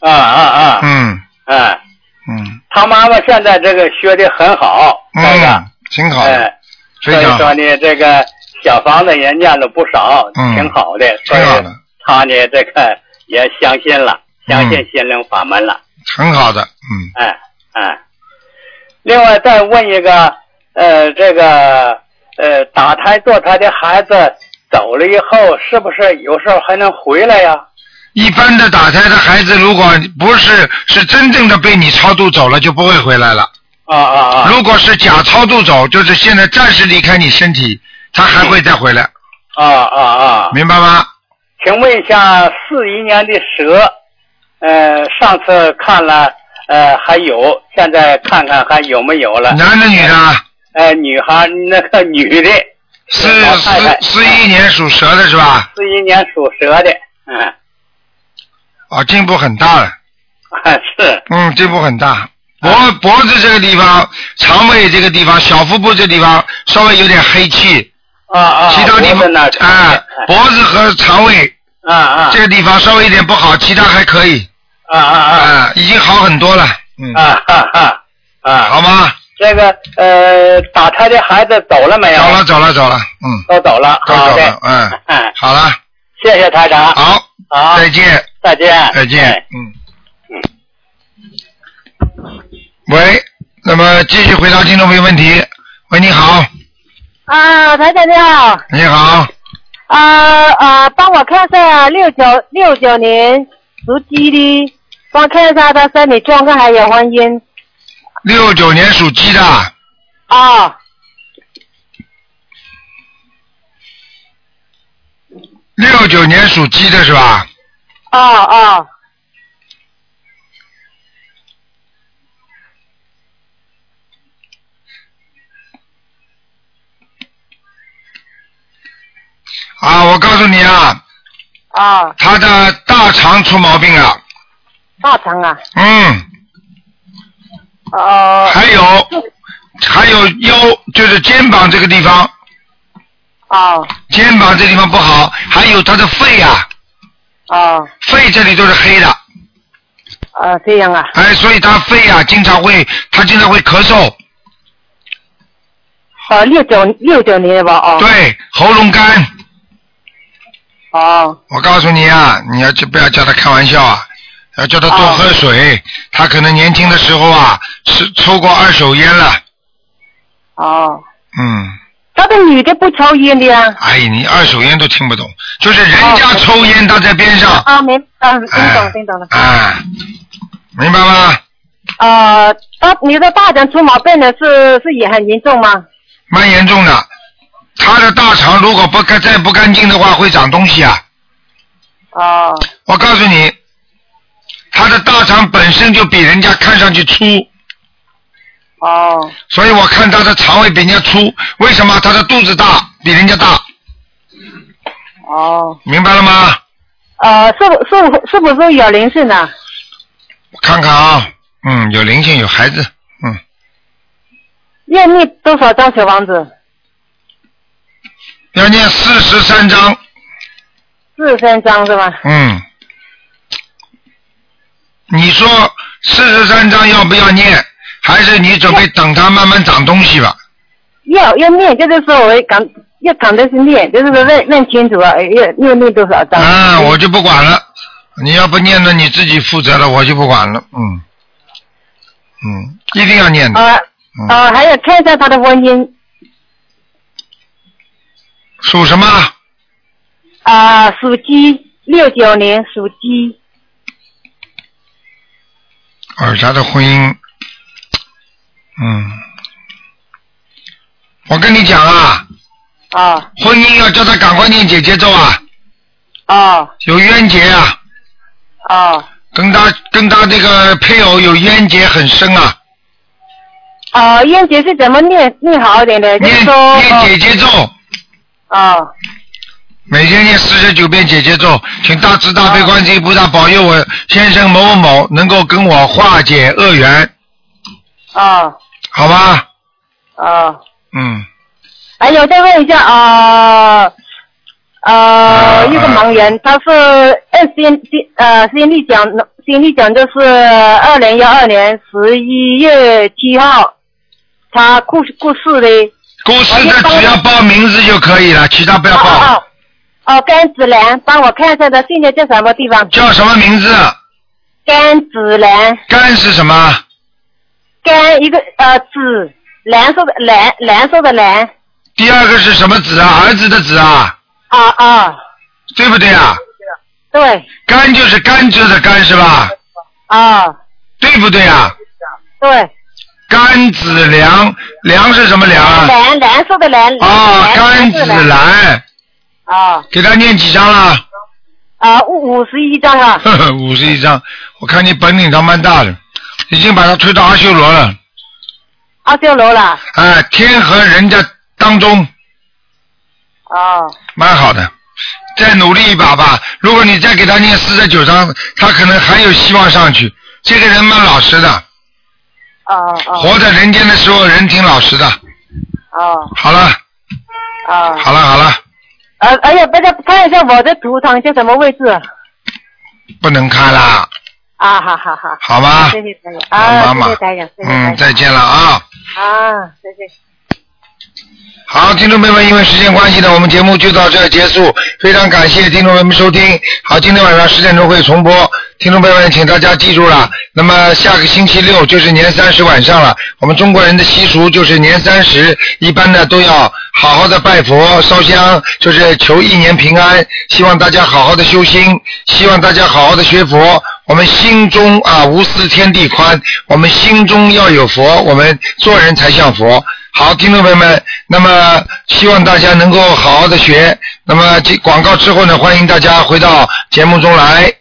啊啊啊，
嗯
嗯。
嗯
他妈妈现在这个学的很好，这个
嗯，，挺好的，
哎，
非
所以
常
说
好，
呢，这个小房子也念了不少，
嗯
挺好的，所
挺
以
好的，嗯
他呢这个也相信了，相信心灵法门了，
很好的，嗯，
哎哎。另外再问一个，呃，这个呃，打胎堕胎的孩子走了以后，是不是有时候还能回来呀？
一般的打胎的孩子，如果不是是真正的被你超度走了，就不会回来了。
啊啊啊
如果是假超度走，就是现在暂时离开你身体，他还会再回来，
啊啊啊！
明白吗？
请问一下，四一年的蛇，呃，上次看了，呃，还有，现在看看还有没有了？
男的女的，
呃，女孩，那个女的，
四
老太太
四四一年属蛇的是吧？
四一年属蛇的，嗯，
啊，进步很大了，
啊是，
嗯，进步很大。脖脖子这个地方、肠胃这个地方、小腹部这地方稍微有点黑气，
啊啊，
其他地
脖子
方
那儿
哎，脖子和肠胃
啊啊
这个地方稍微有点不好，其他还可以，
啊啊
啊，已经好很多了，嗯
啊，啊哈哈啊，
好吗？
这个呃，打胎的孩子走了没有？
走了，走了，走了，嗯，
都走了，
都
哎好
走了
的，，
嗯，
嗯，
好了，
谢谢台长，
好，
好，
再见，
再见，
再见
哎，
嗯。
嗯
喂，那么继续回答听众朋友问题。喂，你好，
啊，台长你好，
你好，
啊啊，帮我看一下六九六九年属鸡的，帮我看一下他身体状况还有婚姻
六九年属鸡的，
啊，
六九年属鸡的是吧？
哦哦，
啊，我告诉你啊，
哦，
他的大肠出毛病了，
大肠啊，
嗯，
哦，
还有还有腰，就是肩膀这个地方，
哦
肩膀这地方不好，还有他的肺啊，
哦
肺这里都是黑的，
哦
啊，这样啊，
哎，所以他肺啊经常会，他经常会咳嗽，
哦，六九六九年的吧，哦
对，喉咙干，
哦
我告诉你啊，你要就不要叫他开玩笑啊，要叫他多
哦
喝水，他可能年轻的时候啊是抽过二手烟了，
哦，
嗯。
他的女的不抽烟的
啊
呀，
哎，你二手烟都听不懂，就是人家抽烟，他在边上。
啊，明，啊，听
哎
懂听懂了，
啊，明白吗？
呃，他你的大肠出毛病呢，是是也很严重吗？
蛮严重的，他的大肠如果不干再不干净的话，会长东西啊！
哦
我告诉你，他的大肠本身就比人家看上去粗，
哦
所以我看他的肠胃比人家粗。为什么？他的肚子大，比人家大，
哦，
明白了吗？
呃，是不是不是不是有灵性呢？
我看看啊，嗯，有灵性，有孩子，嗯，
要念多少张小房子？
要念四十三章，
四十三张是吧？
嗯，你说四十三章要不要念？还是你准备等它慢慢长东西吧？
要要念，这就是说我感要感的是念，就是说认认清楚啊，要要念多少张？
啊，我就不管了。你要不念呢，你自己负责了，我就不管了。嗯，嗯，一定要念的。
啊
嗯，
啊，还有看一下他的婚姻
属什么？
啊，属鸡，六九年属鸡
耳他的婚姻。嗯，我跟你讲啊，
啊
婚姻要叫他赶快念姐姐咒啊，
啊
有冤结啊，
啊
跟他跟他这个配偶有冤结很深啊。
啊，燕姐是怎么念念好一点的？就是
念
说哦
念姐姐咒，
啊
每天念四十九遍姐姐咒，请大慈大悲观世音菩萨保佑我先生某某某能够跟我化解恶缘，
啊
好吧？
啊，
嗯，
还有再问一下啊。
啊
呃，一个盲人，他是按先呃先例讲，先例讲就是二零幺二年十一月七号，他过过世的。
故事的
我先
只要报名字就可以了，其他不要
哦
报。
哦哦，甘子兰，帮我看一下他现在在什么地方？
叫什么名字？
甘子兰，
甘是什么？
甘一个呃子，蓝色的蓝，蓝色的蓝，
第二个是什么子啊？儿子的子啊，
啊啊，
对不对啊？
对，
甘就是甘蔗的甘是吧？
啊
对不对啊？
对，
甘子良，良是什么良啊？
蓝蓝色的蓝，
啊，
蓝
甘
蓝色
子
的蓝，
兰，
啊
给他念几张了？
啊五五十一张啊，
(laughs) 五十一张，我看你本领倒蛮大的，已经把他推到阿修罗了。
阿修罗了，
哎、天和人家当中
啊
蛮好的，再努力一把吧。如果你再给他念四十九章，他可能还有希望上去。这个人蛮老实的，
啊啊
活在人间的时候人挺老实的。
啊
好了，
啊，
好了，好了，
呃，哎呀，大家看一下我的图腾在什么位置啊？
不能看啦，
啊，好好好，
好吧？
谢谢台长
妈
啊，
妈
谢谢台长，谢谢台
嗯，
长
再见了啊。
啊，谢谢。
好，听众朋友们，因为时间关系呢，我们节目就到这儿结束。非常感谢听众朋友们收听。好，今天晚上十点钟会重播。听众朋友们，请大家记住了，那么下个星期六就是年三十晚上了。我们中国人的习俗就是年三十，一般呢都要好好的拜佛、烧香，就是求一年平安。希望大家好好的修心，希望大家好好的学佛。我们心中啊无私天地宽，我们心中要有佛，我们做人才像佛。好，听众朋友们，那么希望大家能够好好的学。那么这广告之后呢，欢迎大家回到节目中来。